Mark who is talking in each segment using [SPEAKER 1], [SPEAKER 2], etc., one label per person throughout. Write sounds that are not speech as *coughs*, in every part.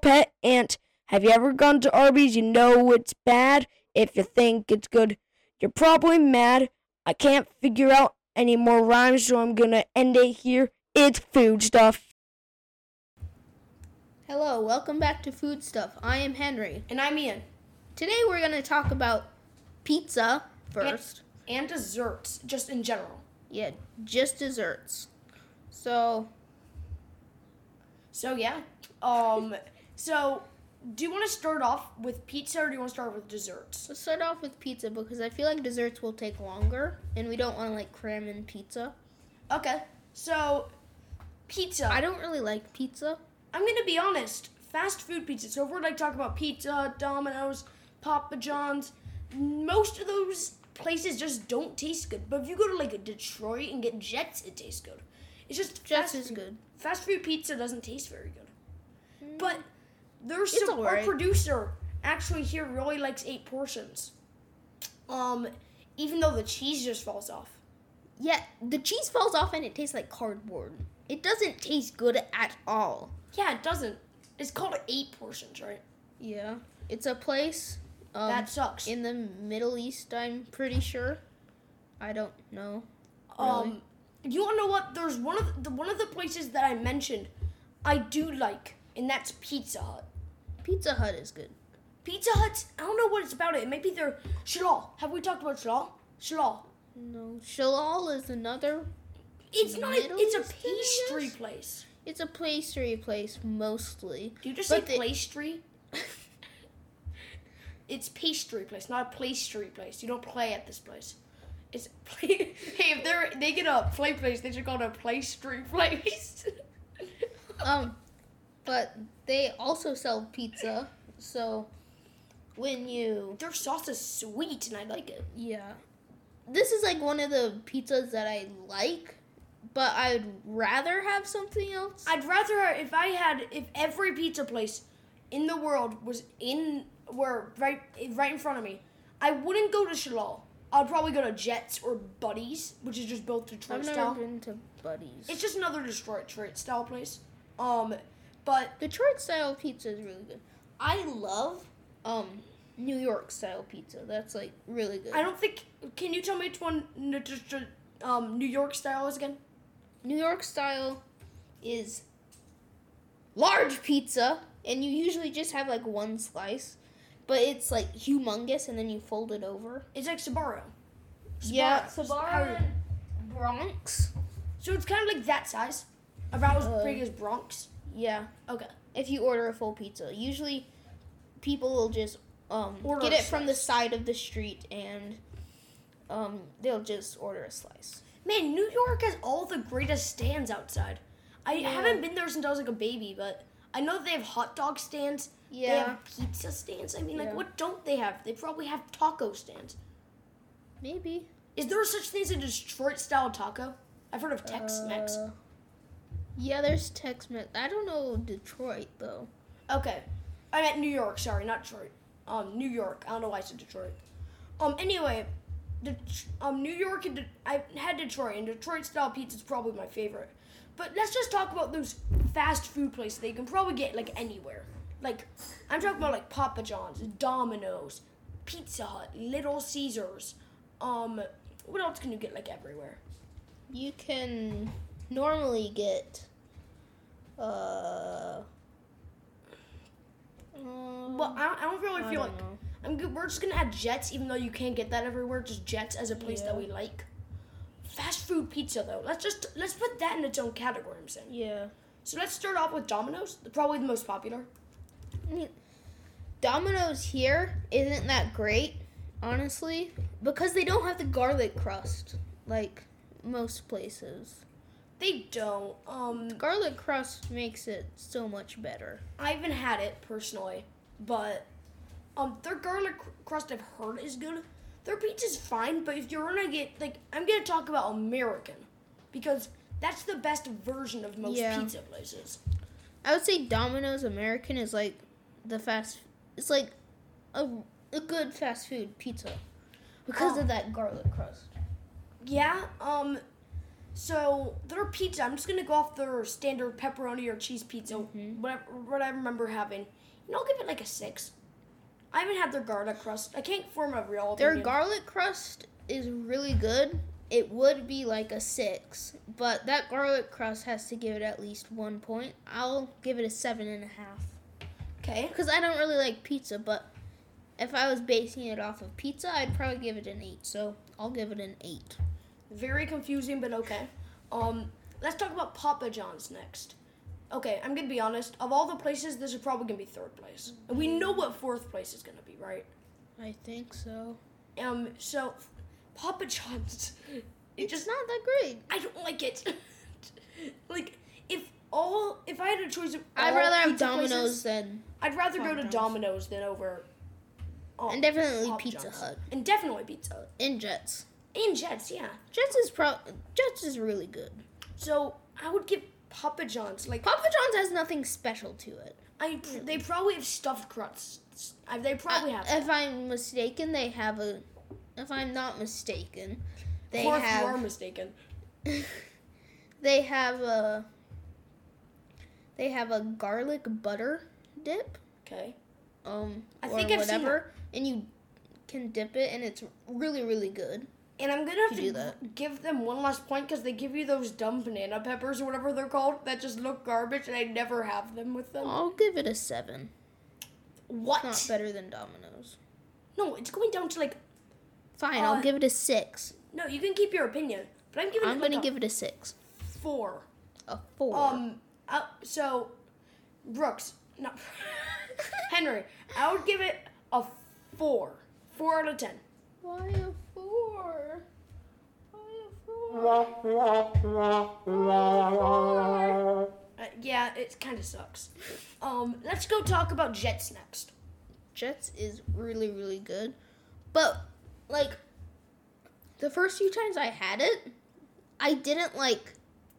[SPEAKER 1] pet ant. Have you ever gone to Arby's? You know it's bad if you think it's good. You're probably mad. I can't figure out any more rhymes, so I'm gonna end it here. It's food stuff.
[SPEAKER 2] Hello, welcome back to Food Stuff. I am Henry.
[SPEAKER 3] And I'm Ian.
[SPEAKER 2] Today we're going to talk about pizza first.
[SPEAKER 3] And, and desserts, just in general.
[SPEAKER 2] Yeah, just desserts. So,
[SPEAKER 3] So yeah. Um so do you want to start off with pizza or do you want to start with desserts?
[SPEAKER 2] let's start off with pizza because I feel like desserts will take longer and we don't want to like cram in pizza.
[SPEAKER 3] Okay. So pizza.
[SPEAKER 2] I
[SPEAKER 3] I
[SPEAKER 2] don't really like pizza.
[SPEAKER 3] am going to be honest. Fast food pizza. So if we're like talking about pizza, Domino's, Papa John's, most of those places just don't taste good. But if you go to like Detroit and get Jets, it tastes good. It's just
[SPEAKER 2] Jets
[SPEAKER 3] fast
[SPEAKER 2] is
[SPEAKER 3] food.
[SPEAKER 2] good.
[SPEAKER 3] Fast food pizza doesn't taste very good. But there's
[SPEAKER 2] Hmm. It's
[SPEAKER 3] some our
[SPEAKER 2] alright.
[SPEAKER 3] producer actually here really likes eight portions. Um, even though the cheese just falls off.
[SPEAKER 2] Yeah, the cheese falls off and it tastes like cardboard. It doesn't taste good at all.
[SPEAKER 3] Yeah, it doesn't. It's called eight portions, right?
[SPEAKER 2] Yeah. It's a place um,
[SPEAKER 3] that sucks.
[SPEAKER 2] in the Middle East, I'm pretty sure. I don't know.
[SPEAKER 3] Um, you wanna know what? There's one of the one of the places that I mentioned, I do like, and that's Pizza Hut.
[SPEAKER 2] Pizza Hut is good.
[SPEAKER 3] Pizza Hut. I don't know what it's about. It maybe they're shalal. Have we talked about shalal? Shalal.
[SPEAKER 2] No, Shalal is another.
[SPEAKER 3] It's not. A,
[SPEAKER 2] Middle
[SPEAKER 3] it's a
[SPEAKER 2] Eastern, I
[SPEAKER 3] pastry
[SPEAKER 2] guess?
[SPEAKER 3] place.
[SPEAKER 2] It's a pastry place mostly. *laughs*
[SPEAKER 3] Do you just
[SPEAKER 2] But
[SPEAKER 3] say
[SPEAKER 2] the-
[SPEAKER 3] pastry? it's pastry place, not a pastry place. You don't play at this place. It's *laughs* play. hey, if they're they get a play place, they should call it a pastry *laughs* place.
[SPEAKER 2] Um, but they also sell pizza. So when you
[SPEAKER 3] Their sauce is sweet, and I like it.
[SPEAKER 2] yeah, this is like one of the pizzas that I like, but I'd rather have something else.
[SPEAKER 3] I'd rather if I had if every pizza place in the world was in were right right in front of me, I wouldn't go to Shalal. I'd probably go to Jets or Buddies, which is just both Detroit
[SPEAKER 2] I've never
[SPEAKER 3] style.
[SPEAKER 2] been to Buddies.
[SPEAKER 3] It's just another Detroit Detroit style place. Um, but
[SPEAKER 2] Detroit style pizza is really good. I love um New York style pizza. That's like really good.
[SPEAKER 3] I don't think. Can you tell me which one n- d- d- um, New York style is again?
[SPEAKER 2] New York style is large pizza, and you usually just have like one slice, but it's like humongous, and then you fold it over.
[SPEAKER 3] It's like Sabaro.
[SPEAKER 2] Yeah,
[SPEAKER 3] How-
[SPEAKER 2] Sabaro and Bronx.
[SPEAKER 3] So it's kind of like that size, about as
[SPEAKER 2] Uh,
[SPEAKER 3] big as Bronx.
[SPEAKER 2] Yeah,
[SPEAKER 3] Okay.
[SPEAKER 2] if you order a full pizza, usually people will just um,
[SPEAKER 3] Order
[SPEAKER 2] get
[SPEAKER 3] a
[SPEAKER 2] it from the side of the street, and um, they'll just order a slice.
[SPEAKER 3] Man, New York has all the greatest stands outside. I
[SPEAKER 2] Yeah.
[SPEAKER 3] haven't been there since I was like a baby, but I know that they have hot dog stands. They
[SPEAKER 2] Yeah,
[SPEAKER 3] have pizza stands. I mean, like,
[SPEAKER 2] Yeah.
[SPEAKER 3] what don't they have? They probably have taco stands.
[SPEAKER 2] maybe
[SPEAKER 3] Is there such thing as a Detroit style taco? I've heard of Tex Mex.
[SPEAKER 2] Uh, yeah, there's Tex-Mex. I don't know Detroit though.
[SPEAKER 3] Okay. I meant New York, sorry, not Detroit. Um, New York. I don't know why I said Detroit. Um, anyway, Det- um, New York and Det- I had Detroit, and Detroit style pizza is probably my favorite. But let's just talk about those fast food places that you can probably get like anywhere. Like, I'm talking about like Papa John's, Domino's, Pizza Hut, Little Caesars. Um, what else can you get like everywhere?
[SPEAKER 2] You can normally get uh,
[SPEAKER 3] Well, I don't, I don't really
[SPEAKER 2] I
[SPEAKER 3] feel
[SPEAKER 2] don't
[SPEAKER 3] like
[SPEAKER 2] know.
[SPEAKER 3] I'm good. We're just gonna add Jets, even though you can't get that everywhere. Just Jets as a place that
[SPEAKER 2] Yeah.
[SPEAKER 3] we like. Fast food pizza, though. Let's just let's put that in its own category. I'm saying.
[SPEAKER 2] yeah.
[SPEAKER 3] So let's start off with Domino's, the- probably the most popular.
[SPEAKER 2] I mean, Domino's here isn't that great, honestly, because they don't have the garlic crust like most places.
[SPEAKER 3] They don't. Um,
[SPEAKER 2] Garlic crust makes it so much better.
[SPEAKER 3] I haven't had it personally, but um, their garlic cr- crust I've heard is good. Their pizza's fine, but if you're gonna get like, I'm gonna talk about American, because that's the best version of most
[SPEAKER 2] Yeah.
[SPEAKER 3] pizza places.
[SPEAKER 2] I would say Domino's American is like the fast. It's like a, a good fast food pizza because
[SPEAKER 3] Oh.
[SPEAKER 2] of that garlic crust.
[SPEAKER 3] Yeah. Um. So their pizza, I'm just gonna go off their standard pepperoni or cheese pizza, whatever what I remember having. And I'll give it like a six. I haven't had their garlic crust. I can't form a real
[SPEAKER 2] Their
[SPEAKER 3] opinion.
[SPEAKER 2] garlic crust is really good. It would be like a six, but that garlic crust has to give it at least one point. I'll give it a seven and a half.
[SPEAKER 3] okay.
[SPEAKER 2] Because I don't really like pizza, but if I was basing it off of pizza, I'd probably give it an eight. So I'll give it an eight.
[SPEAKER 3] Very confusing, but okay. Um, let's talk about Papa John's next. Okay, I'm gonna be honest. Of all the places, this is probably gonna be third place, and we know what fourth place is gonna be, right?
[SPEAKER 2] I think so.
[SPEAKER 3] Um, so Papa John's, *laughs* it
[SPEAKER 2] It's
[SPEAKER 3] just
[SPEAKER 2] not that great.
[SPEAKER 3] I don't like it. *laughs* like if all if I had a choice of,
[SPEAKER 2] I'd
[SPEAKER 3] all
[SPEAKER 2] rather have
[SPEAKER 3] pizza
[SPEAKER 2] Domino's
[SPEAKER 3] places,
[SPEAKER 2] than
[SPEAKER 3] I'd rather go to
[SPEAKER 2] Domino's.
[SPEAKER 3] Domino's than over. um,
[SPEAKER 2] and definitely
[SPEAKER 3] Papa
[SPEAKER 2] Pizza
[SPEAKER 3] John's.
[SPEAKER 2] Hut
[SPEAKER 3] And definitely Pizza Hut.
[SPEAKER 2] and Jets.
[SPEAKER 3] And Jets, yeah.
[SPEAKER 2] Jets is pro Jets is really good.
[SPEAKER 3] So I would give Papa John's like
[SPEAKER 2] Papa John's has nothing special to it.
[SPEAKER 3] I they probably have stuffed crusts. I, they probably
[SPEAKER 2] Uh,
[SPEAKER 3] have
[SPEAKER 2] if I'm mistaken, they have a. If I'm not mistaken, they
[SPEAKER 3] or if you are
[SPEAKER 2] have.
[SPEAKER 3] mistaken.
[SPEAKER 2] *laughs* They have a. They have a garlic butter dip.
[SPEAKER 3] Okay.
[SPEAKER 2] Um,
[SPEAKER 3] I
[SPEAKER 2] or
[SPEAKER 3] think I've seen
[SPEAKER 2] whatever, and you can dip it, and it's really, really good.
[SPEAKER 3] And I'm gonna have
[SPEAKER 2] Could
[SPEAKER 3] to
[SPEAKER 2] do that.
[SPEAKER 3] give them one last point because they give you those dumb banana peppers or whatever they're called that just look garbage, and I never have them with them.
[SPEAKER 2] I'll give it a seven.
[SPEAKER 3] what?
[SPEAKER 2] Not better than Domino's.
[SPEAKER 3] No, it's going down to like
[SPEAKER 2] Fine,
[SPEAKER 3] Uh,
[SPEAKER 2] I'll give it a six.
[SPEAKER 3] no. You can keep your opinion, but I'm giving
[SPEAKER 2] I'm
[SPEAKER 3] it like
[SPEAKER 2] gonna
[SPEAKER 3] a
[SPEAKER 2] give it a six.
[SPEAKER 3] four.
[SPEAKER 2] A four.
[SPEAKER 3] Um, uh, so Brooks, no, *laughs* Henry, I would give it a four, four out of ten.
[SPEAKER 2] Why a four?
[SPEAKER 3] Uh, yeah, it kind of sucks. Um, let's go talk about Jets next.
[SPEAKER 2] Jets is really, really good. But, like, the first few times I had it, I didn't like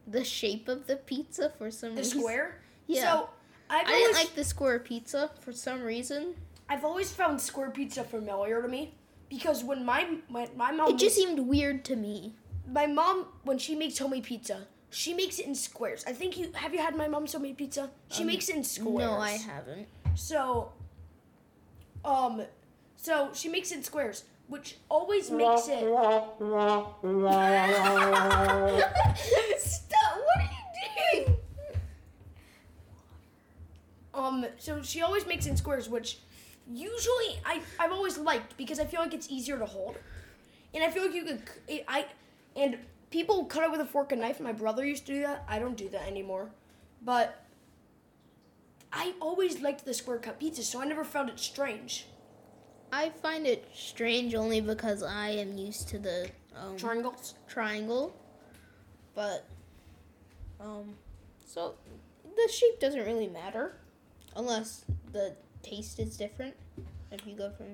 [SPEAKER 2] the shape of the pizza for some
[SPEAKER 3] The
[SPEAKER 2] reason.
[SPEAKER 3] square.
[SPEAKER 2] Yeah.
[SPEAKER 3] So I've
[SPEAKER 2] I didn't
[SPEAKER 3] always,
[SPEAKER 2] like the square pizza for some reason.
[SPEAKER 3] I've always found square pizza familiar to me because when my my, my mom
[SPEAKER 2] It just seemed weird to me.
[SPEAKER 3] my mom when she makes homemade pizza she makes it in squares. I think you have you had my mom's homemade pizza. She makes it in squares.
[SPEAKER 2] Um, No, I haven't.
[SPEAKER 3] So, um, so she makes it in squares, which always makes it.
[SPEAKER 2] Stop! What are you doing?
[SPEAKER 3] Um, so she always makes it in squares, which usually I I've always liked because I feel like it's easier to hold, and I feel like you could c- I and people cut it with a fork and knife. My brother used to do that. I don't do that anymore, but I always liked the square cut pizza, so I never found it strange.
[SPEAKER 2] I find it strange only because I am used to the um,
[SPEAKER 3] Triangles.
[SPEAKER 2] triangle, but um, so the shape doesn't really matter unless the taste is different. If you go from,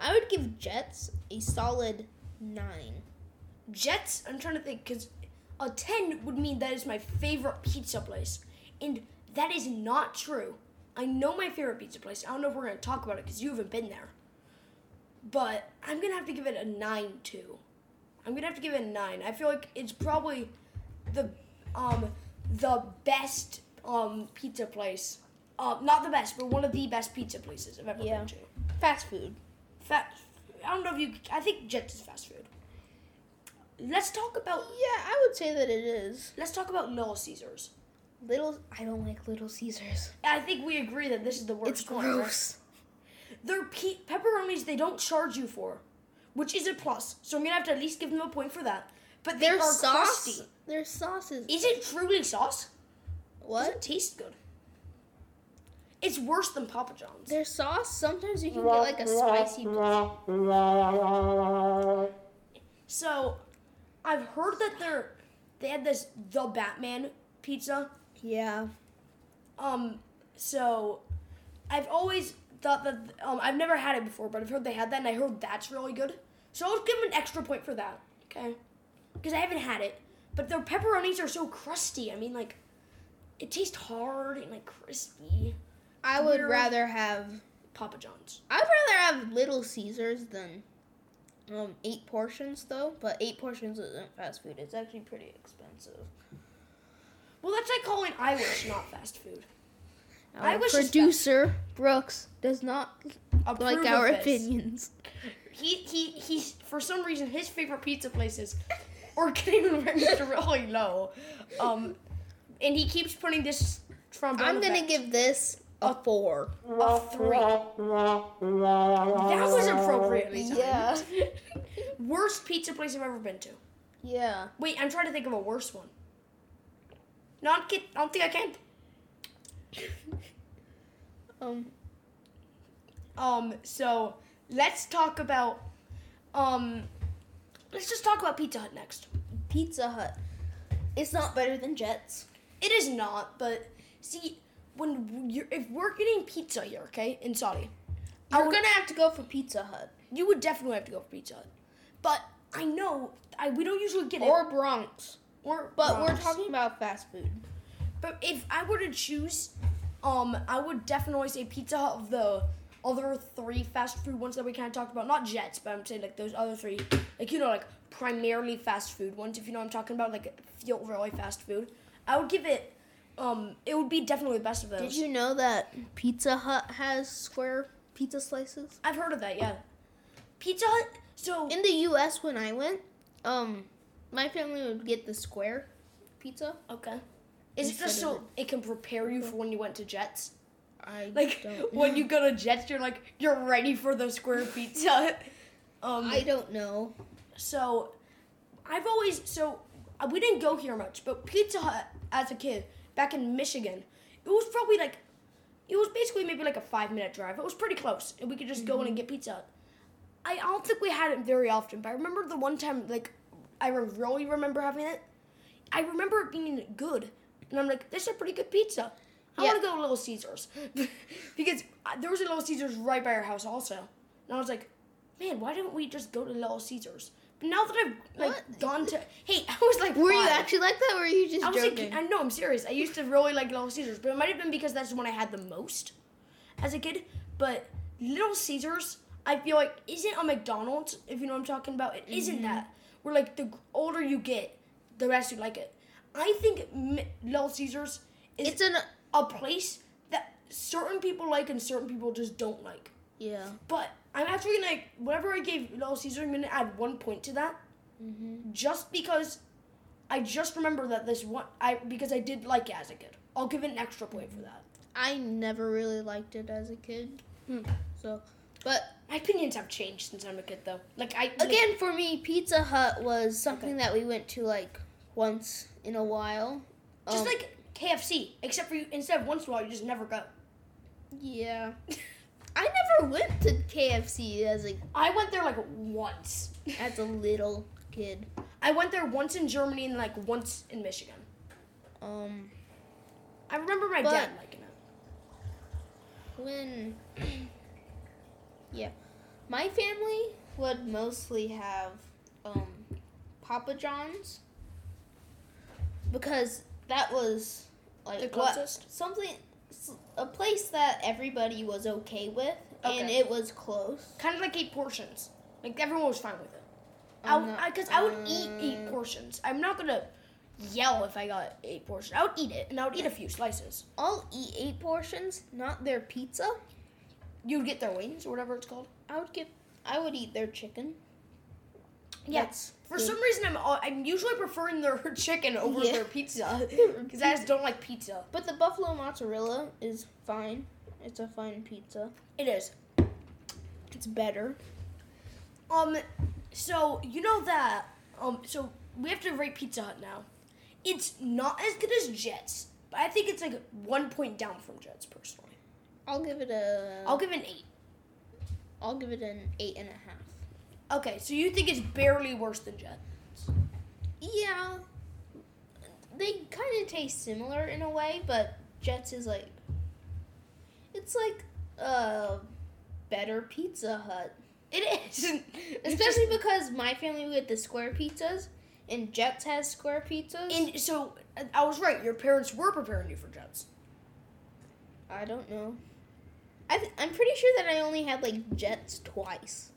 [SPEAKER 2] I would give Jets a solid nine.
[SPEAKER 3] Jets. I'm trying to think because a ten would mean that is my favorite pizza place, and that is not true. I know my favorite pizza place. I don't know if we're gonna talk about it because you haven't been there, but I'm gonna have to give it a nine too. I'm gonna have to give it a nine. I feel like it's probably the um the best um pizza place. Uh, not the best, but one of the best pizza places I've ever
[SPEAKER 2] Yeah.
[SPEAKER 3] been to.
[SPEAKER 2] Fast food.
[SPEAKER 3] Fast. I don't know if you. I think Jets is fast food. Let's talk about
[SPEAKER 2] Yeah, I would say that it is.
[SPEAKER 3] Let's talk about Little Caesars.
[SPEAKER 2] Little, I don't like Little Caesars.
[SPEAKER 3] I think we agree that this is the worst
[SPEAKER 2] It's
[SPEAKER 3] one. right?
[SPEAKER 2] gross.
[SPEAKER 3] They're pe- pepperonis they don't charge you for, which is a plus. So I'm gonna have to at least give them a point for that. But they
[SPEAKER 2] Their
[SPEAKER 3] are
[SPEAKER 2] sauce,
[SPEAKER 3] crusty.
[SPEAKER 2] their sauce is
[SPEAKER 3] Is it truly sauce? Does
[SPEAKER 2] what?
[SPEAKER 3] it taste good? It's worse than Papa John's.
[SPEAKER 2] Their sauce. Sometimes you can get like
[SPEAKER 3] *laughs*
[SPEAKER 2] a spicy.
[SPEAKER 3] so I've heard that they're they had this the Batman pizza
[SPEAKER 2] Yeah.
[SPEAKER 3] Um, so I've always thought that um, I've never had it before, but I've heard they had that, and I heard that's really good. So I'll give them an extra point for that. Okay, because I haven't had it, but their pepperonis are so crusty. I mean, like it tastes hard and like crispy.
[SPEAKER 2] I would
[SPEAKER 3] Weird.
[SPEAKER 2] rather have
[SPEAKER 3] Papa John's.
[SPEAKER 2] I'd rather have Little Caesars than um, eight portions though, but eight portions isn't fast food. It's actually pretty expensive.
[SPEAKER 3] Well, that's like calling Irish not fast food. I
[SPEAKER 2] Our
[SPEAKER 3] wish it's
[SPEAKER 2] producer Brooks does not
[SPEAKER 3] Approve
[SPEAKER 2] like
[SPEAKER 3] of
[SPEAKER 2] our
[SPEAKER 3] this.
[SPEAKER 2] opinions.
[SPEAKER 3] He he he's for some reason his favorite pizza places are getting ranked really low, um, and he keeps putting this trombone.
[SPEAKER 2] I'm gonna
[SPEAKER 3] effect-
[SPEAKER 2] give this a four.
[SPEAKER 3] a three. That was appropriately timed.
[SPEAKER 2] Yeah,
[SPEAKER 3] *laughs* Worst pizza place I've ever been to.
[SPEAKER 2] yeah.
[SPEAKER 3] Wait, I'm trying to think of a worse one. No, I don't get- I don't think I can.
[SPEAKER 2] Um,
[SPEAKER 3] Um, so let's talk about um, let's just talk about Pizza Hut next.
[SPEAKER 2] Pizza Hut. It's not better than Jets.
[SPEAKER 3] It is not, but see, when you're if we're getting pizza here, okay, in Saudi, I
[SPEAKER 2] You're
[SPEAKER 3] would-
[SPEAKER 2] gonna have to go for Pizza Hut
[SPEAKER 3] you would definitely have to go for Pizza Hut. But I know I we don't usually get
[SPEAKER 2] or
[SPEAKER 3] it.
[SPEAKER 2] Bronx,
[SPEAKER 3] Or
[SPEAKER 2] but we're
[SPEAKER 3] Bronx.
[SPEAKER 2] talking about fast food.
[SPEAKER 3] But if I were to choose, um, I would definitely say Pizza Hut of the other three fast food ones that we kind of talked about. Not Jets, but I'm saying like those other three, like you know, like primarily fast food ones. If you know what I'm talking about, like feel really fast food. I would give it. Um, it would be definitely the best of those.
[SPEAKER 2] Did you know that Pizza Hut has square pizza slices?
[SPEAKER 3] I've heard of that. Yeah, Pizza Hut. So
[SPEAKER 2] In the U.S., when I went, um, my family would get the square pizza.
[SPEAKER 3] okay, is it
[SPEAKER 2] Instead
[SPEAKER 3] just
[SPEAKER 2] of
[SPEAKER 3] so it can prepare you for when you went to Jets?
[SPEAKER 2] I
[SPEAKER 3] *laughs* Like
[SPEAKER 2] don't.
[SPEAKER 3] when you go to Jets, you're like you're ready for the square *laughs* pizza. Um,
[SPEAKER 2] I don't know.
[SPEAKER 3] So, I've always so uh, we didn't go here much, but Pizza Hut as a kid back in Michigan, it was probably like it was basically maybe like a five minute drive. It was pretty close, and we could just go
[SPEAKER 2] Mm-hmm.
[SPEAKER 3] in and get Pizza Hut. I don't think we had it very often, but I remember the one time like I re- really remember having it. I remember it being good, and I'm like, this is a pretty good pizza. I
[SPEAKER 2] Yeah.
[SPEAKER 3] want to go to Little Caesars *laughs* because uh, there was a Little Caesars right by our house also, and I was like, man, why didn't we just go to Little Caesars? But now that I've like
[SPEAKER 2] What?
[SPEAKER 3] gone to, hey, *laughs* I was like,
[SPEAKER 2] Were you
[SPEAKER 3] five.
[SPEAKER 2] actually like that, or were you just
[SPEAKER 3] I was
[SPEAKER 2] joking?
[SPEAKER 3] like, I know, I'm serious. I used to really like Little Caesars, but it might have been because that's the one I had the most as a kid. But Little Caesars, I feel like, isn't a McDonald's, if you know what I'm talking about. It
[SPEAKER 2] Mm-hmm.
[SPEAKER 3] not that. Where, like, the older you get, the less you like it. I think M- Little Caesars is
[SPEAKER 2] it's an
[SPEAKER 3] a place that certain people like and certain people just don't like.
[SPEAKER 2] yeah.
[SPEAKER 3] But I'm actually gonna whatever I gave Little Caesar, I'm gonna add one point to that,
[SPEAKER 2] Mm-hmm.
[SPEAKER 3] just because I just remember that this one I because I did like it as a kid. I'll give it an extra point for that.
[SPEAKER 2] I never really liked it as a kid.
[SPEAKER 3] Hmm.
[SPEAKER 2] So, but
[SPEAKER 3] My opinions have changed since I'm a kid, though. Like I like-
[SPEAKER 2] again, for me, Pizza Hut was something that we went to like once in a while.
[SPEAKER 3] just
[SPEAKER 2] Um,
[SPEAKER 3] like KFC, except for you instead of once in a while, you just never go. *laughs*
[SPEAKER 2] yeah, I never went to KFC as a
[SPEAKER 3] I went there like
[SPEAKER 2] *laughs*
[SPEAKER 3] once.
[SPEAKER 2] as a little kid.
[SPEAKER 3] I went there once in Germany and like once in Michigan.
[SPEAKER 2] Um,
[SPEAKER 3] I remember my
[SPEAKER 2] But-
[SPEAKER 3] dad liking it.
[SPEAKER 2] when yeah, my family would mostly have um Papa John's because that was like
[SPEAKER 3] The
[SPEAKER 2] what-
[SPEAKER 3] closest?
[SPEAKER 2] something s- a place that everybody was okay with and
[SPEAKER 3] Okay.
[SPEAKER 2] it was close.
[SPEAKER 3] Kind of like ate portions. Like everyone was fine with it.
[SPEAKER 2] I'm
[SPEAKER 3] I
[SPEAKER 2] not-
[SPEAKER 3] because I, would eat
[SPEAKER 2] um,
[SPEAKER 3] eight portions. I'm not gonna yell if I got eight portions. I would eat it, and I would eat a few slices.
[SPEAKER 2] I'll eat eight portions, not their pizza.
[SPEAKER 3] You'd get their wings or whatever it's called.
[SPEAKER 2] I would get I would eat their chicken.
[SPEAKER 3] Yeah.
[SPEAKER 2] That's
[SPEAKER 3] For
[SPEAKER 2] good.
[SPEAKER 3] some reason, I'm al- I'm usually preferring their *laughs* chicken over
[SPEAKER 2] Yeah.
[SPEAKER 3] their *laughs* pizza because I just don't like pizza.
[SPEAKER 2] But the buffalo mozzarella is fine. It's a fine pizza.
[SPEAKER 3] It is.
[SPEAKER 2] It's better.
[SPEAKER 3] Um, so you know that. Um, so we have to rate Pizza Hut now. It's not as good as Jets, but I think it's like one point down from Jets personally.
[SPEAKER 2] I'll give it a.
[SPEAKER 3] I'll give it an eight.
[SPEAKER 2] I'll give it an eight and a half.
[SPEAKER 3] Okay, so you think it's barely worse than Jets?
[SPEAKER 2] Yeah, they kind of taste similar in a way, but Jets is like. It's like a better Pizza Hut,
[SPEAKER 3] It *laughs* is.
[SPEAKER 2] especially because my family we had the square pizzas, and Jets has square pizzas.
[SPEAKER 3] And so uh, I was right. Your parents were preparing you for Jets.
[SPEAKER 2] I don't know. I th- I'm pretty sure that I only had like Jets twice.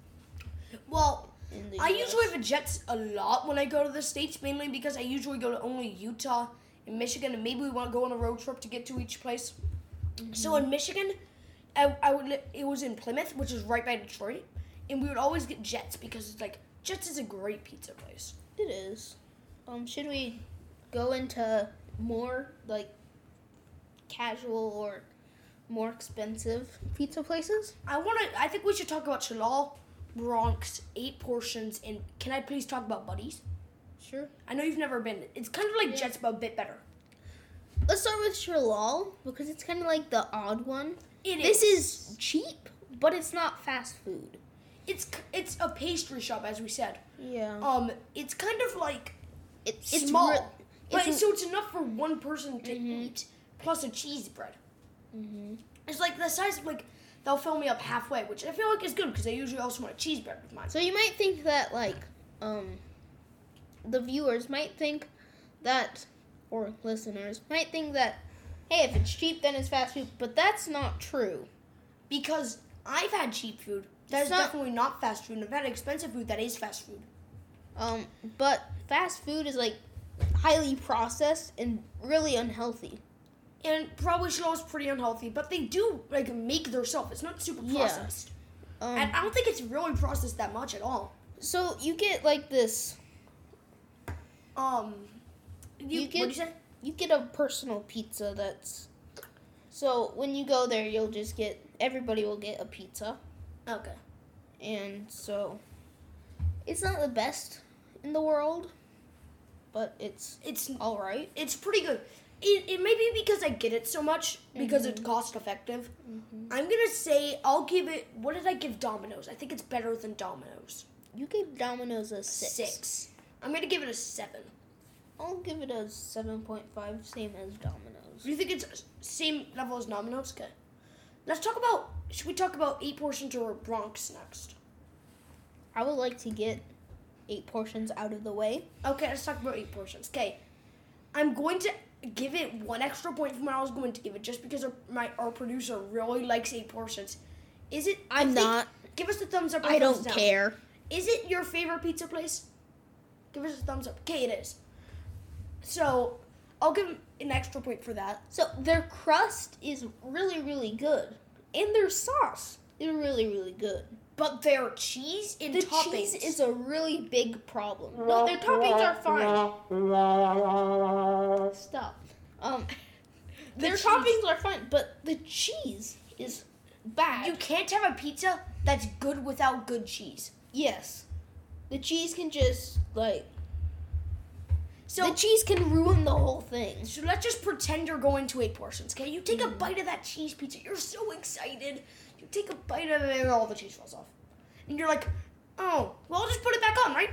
[SPEAKER 3] Well,
[SPEAKER 2] in the
[SPEAKER 3] I
[SPEAKER 2] US.
[SPEAKER 3] usually have a Jets a lot when I go to the states, mainly because I usually go to only Utah and Michigan, and maybe we want to go on a road trip to get to each place. So
[SPEAKER 2] Mm-hmm.
[SPEAKER 3] in Michigan, I, I would li- it was in Plymouth, which is right by Detroit, and we would always get Jets because it's like Jets is a great pizza place.
[SPEAKER 2] It is. Um, should we go into more like casual or more expensive pizza places?
[SPEAKER 3] I want to. I think we should talk about Chalal, Bronx, eight portions, and can I please talk about Buddies?
[SPEAKER 2] Sure.
[SPEAKER 3] I know you've never been. It's kind of like Jets, but a bit better.
[SPEAKER 2] Let's start with Shalal because it's kind of like the odd one.
[SPEAKER 3] It
[SPEAKER 2] this is. cheap, but it's not fast food.
[SPEAKER 3] It's c- it's a pastry shop, as we said.
[SPEAKER 2] Yeah.
[SPEAKER 3] Um, it's kind of like
[SPEAKER 2] it, it's
[SPEAKER 3] it's small,
[SPEAKER 2] re-
[SPEAKER 3] but
[SPEAKER 2] it's- Mm-hmm.
[SPEAKER 3] so it's enough for one person to eat plus a cheese bread. It's like the size of like they'll fill me up halfway, which I feel like is good because I usually also want a cheese bread with mine.
[SPEAKER 2] So you might think that like um the viewers might think that or listeners might think that hey if it's cheap then it's fast food but that's not true.
[SPEAKER 3] Because I've had cheap food that
[SPEAKER 2] It's
[SPEAKER 3] is
[SPEAKER 2] not-
[SPEAKER 3] definitely not fast food. and I've had expensive food that is fast food.
[SPEAKER 2] Um but fast food is like highly processed and really unhealthy.
[SPEAKER 3] And probably Chanel is pretty unhealthy, but they do like make their self. It's not super
[SPEAKER 2] Yeah.
[SPEAKER 3] processed.
[SPEAKER 2] Um,
[SPEAKER 3] And I don't think it's really processed that much at all.
[SPEAKER 2] so you get like this
[SPEAKER 3] Um, you,
[SPEAKER 2] You
[SPEAKER 3] what do you say?
[SPEAKER 2] you get a personal pizza that's so when you go there you'll just get everybody will get a pizza.
[SPEAKER 3] Okay.
[SPEAKER 2] and so it's not the best in the world, but it's
[SPEAKER 3] It's
[SPEAKER 2] all right.
[SPEAKER 3] it's pretty good. It, it may be because I get it so much because it's
[SPEAKER 2] Mm-hmm.
[SPEAKER 3] cost effective. I'm gonna say I'll give it. What did I give Domino's? I think it's better than Domino's.
[SPEAKER 2] You gave Domino's a six.
[SPEAKER 3] I'm gonna give it a seven.
[SPEAKER 2] I'll give it a seven point five, same as
[SPEAKER 3] Do
[SPEAKER 2] Domino's.
[SPEAKER 3] you think it's s- same level as Domino's? Okay. Let's talk about. Should we talk about eight portions or Bronx next?
[SPEAKER 2] I would like to get eight portions out of the way.
[SPEAKER 3] Okay, let's talk about eight portions. Okay, I'm going to give it one extra point from what I was going to give it just because our, my our producer really likes eight portions. Is it? I
[SPEAKER 2] I'm
[SPEAKER 3] think-
[SPEAKER 2] not.
[SPEAKER 3] Give us a thumbs up. or
[SPEAKER 2] I
[SPEAKER 3] thumbs
[SPEAKER 2] don't
[SPEAKER 3] down.
[SPEAKER 2] care.
[SPEAKER 3] Is it your favorite pizza place? Give us a thumbs up. Okay, it is. So, I'll give him an extra point for that.
[SPEAKER 2] So their crust is really, really good,
[SPEAKER 3] And their sauce,
[SPEAKER 2] It's really, really good.
[SPEAKER 3] but their cheese and
[SPEAKER 2] The
[SPEAKER 3] toppings
[SPEAKER 2] cheese is a really big problem. No, their toppings are fine. Stop. Um, their
[SPEAKER 3] cheese.
[SPEAKER 2] toppings are fine, but the cheese is bad.
[SPEAKER 3] you can't have a pizza that's good without good cheese.
[SPEAKER 2] yes, the cheese can just like
[SPEAKER 3] So,
[SPEAKER 2] the cheese can ruin the whole thing.
[SPEAKER 3] so let's just pretend you're going to eight portions. Okay, you take a bite of that cheese pizza. You're so excited. You take a bite of it, and all the cheese falls off. And you're like, oh, well, I'll just put it back on, right?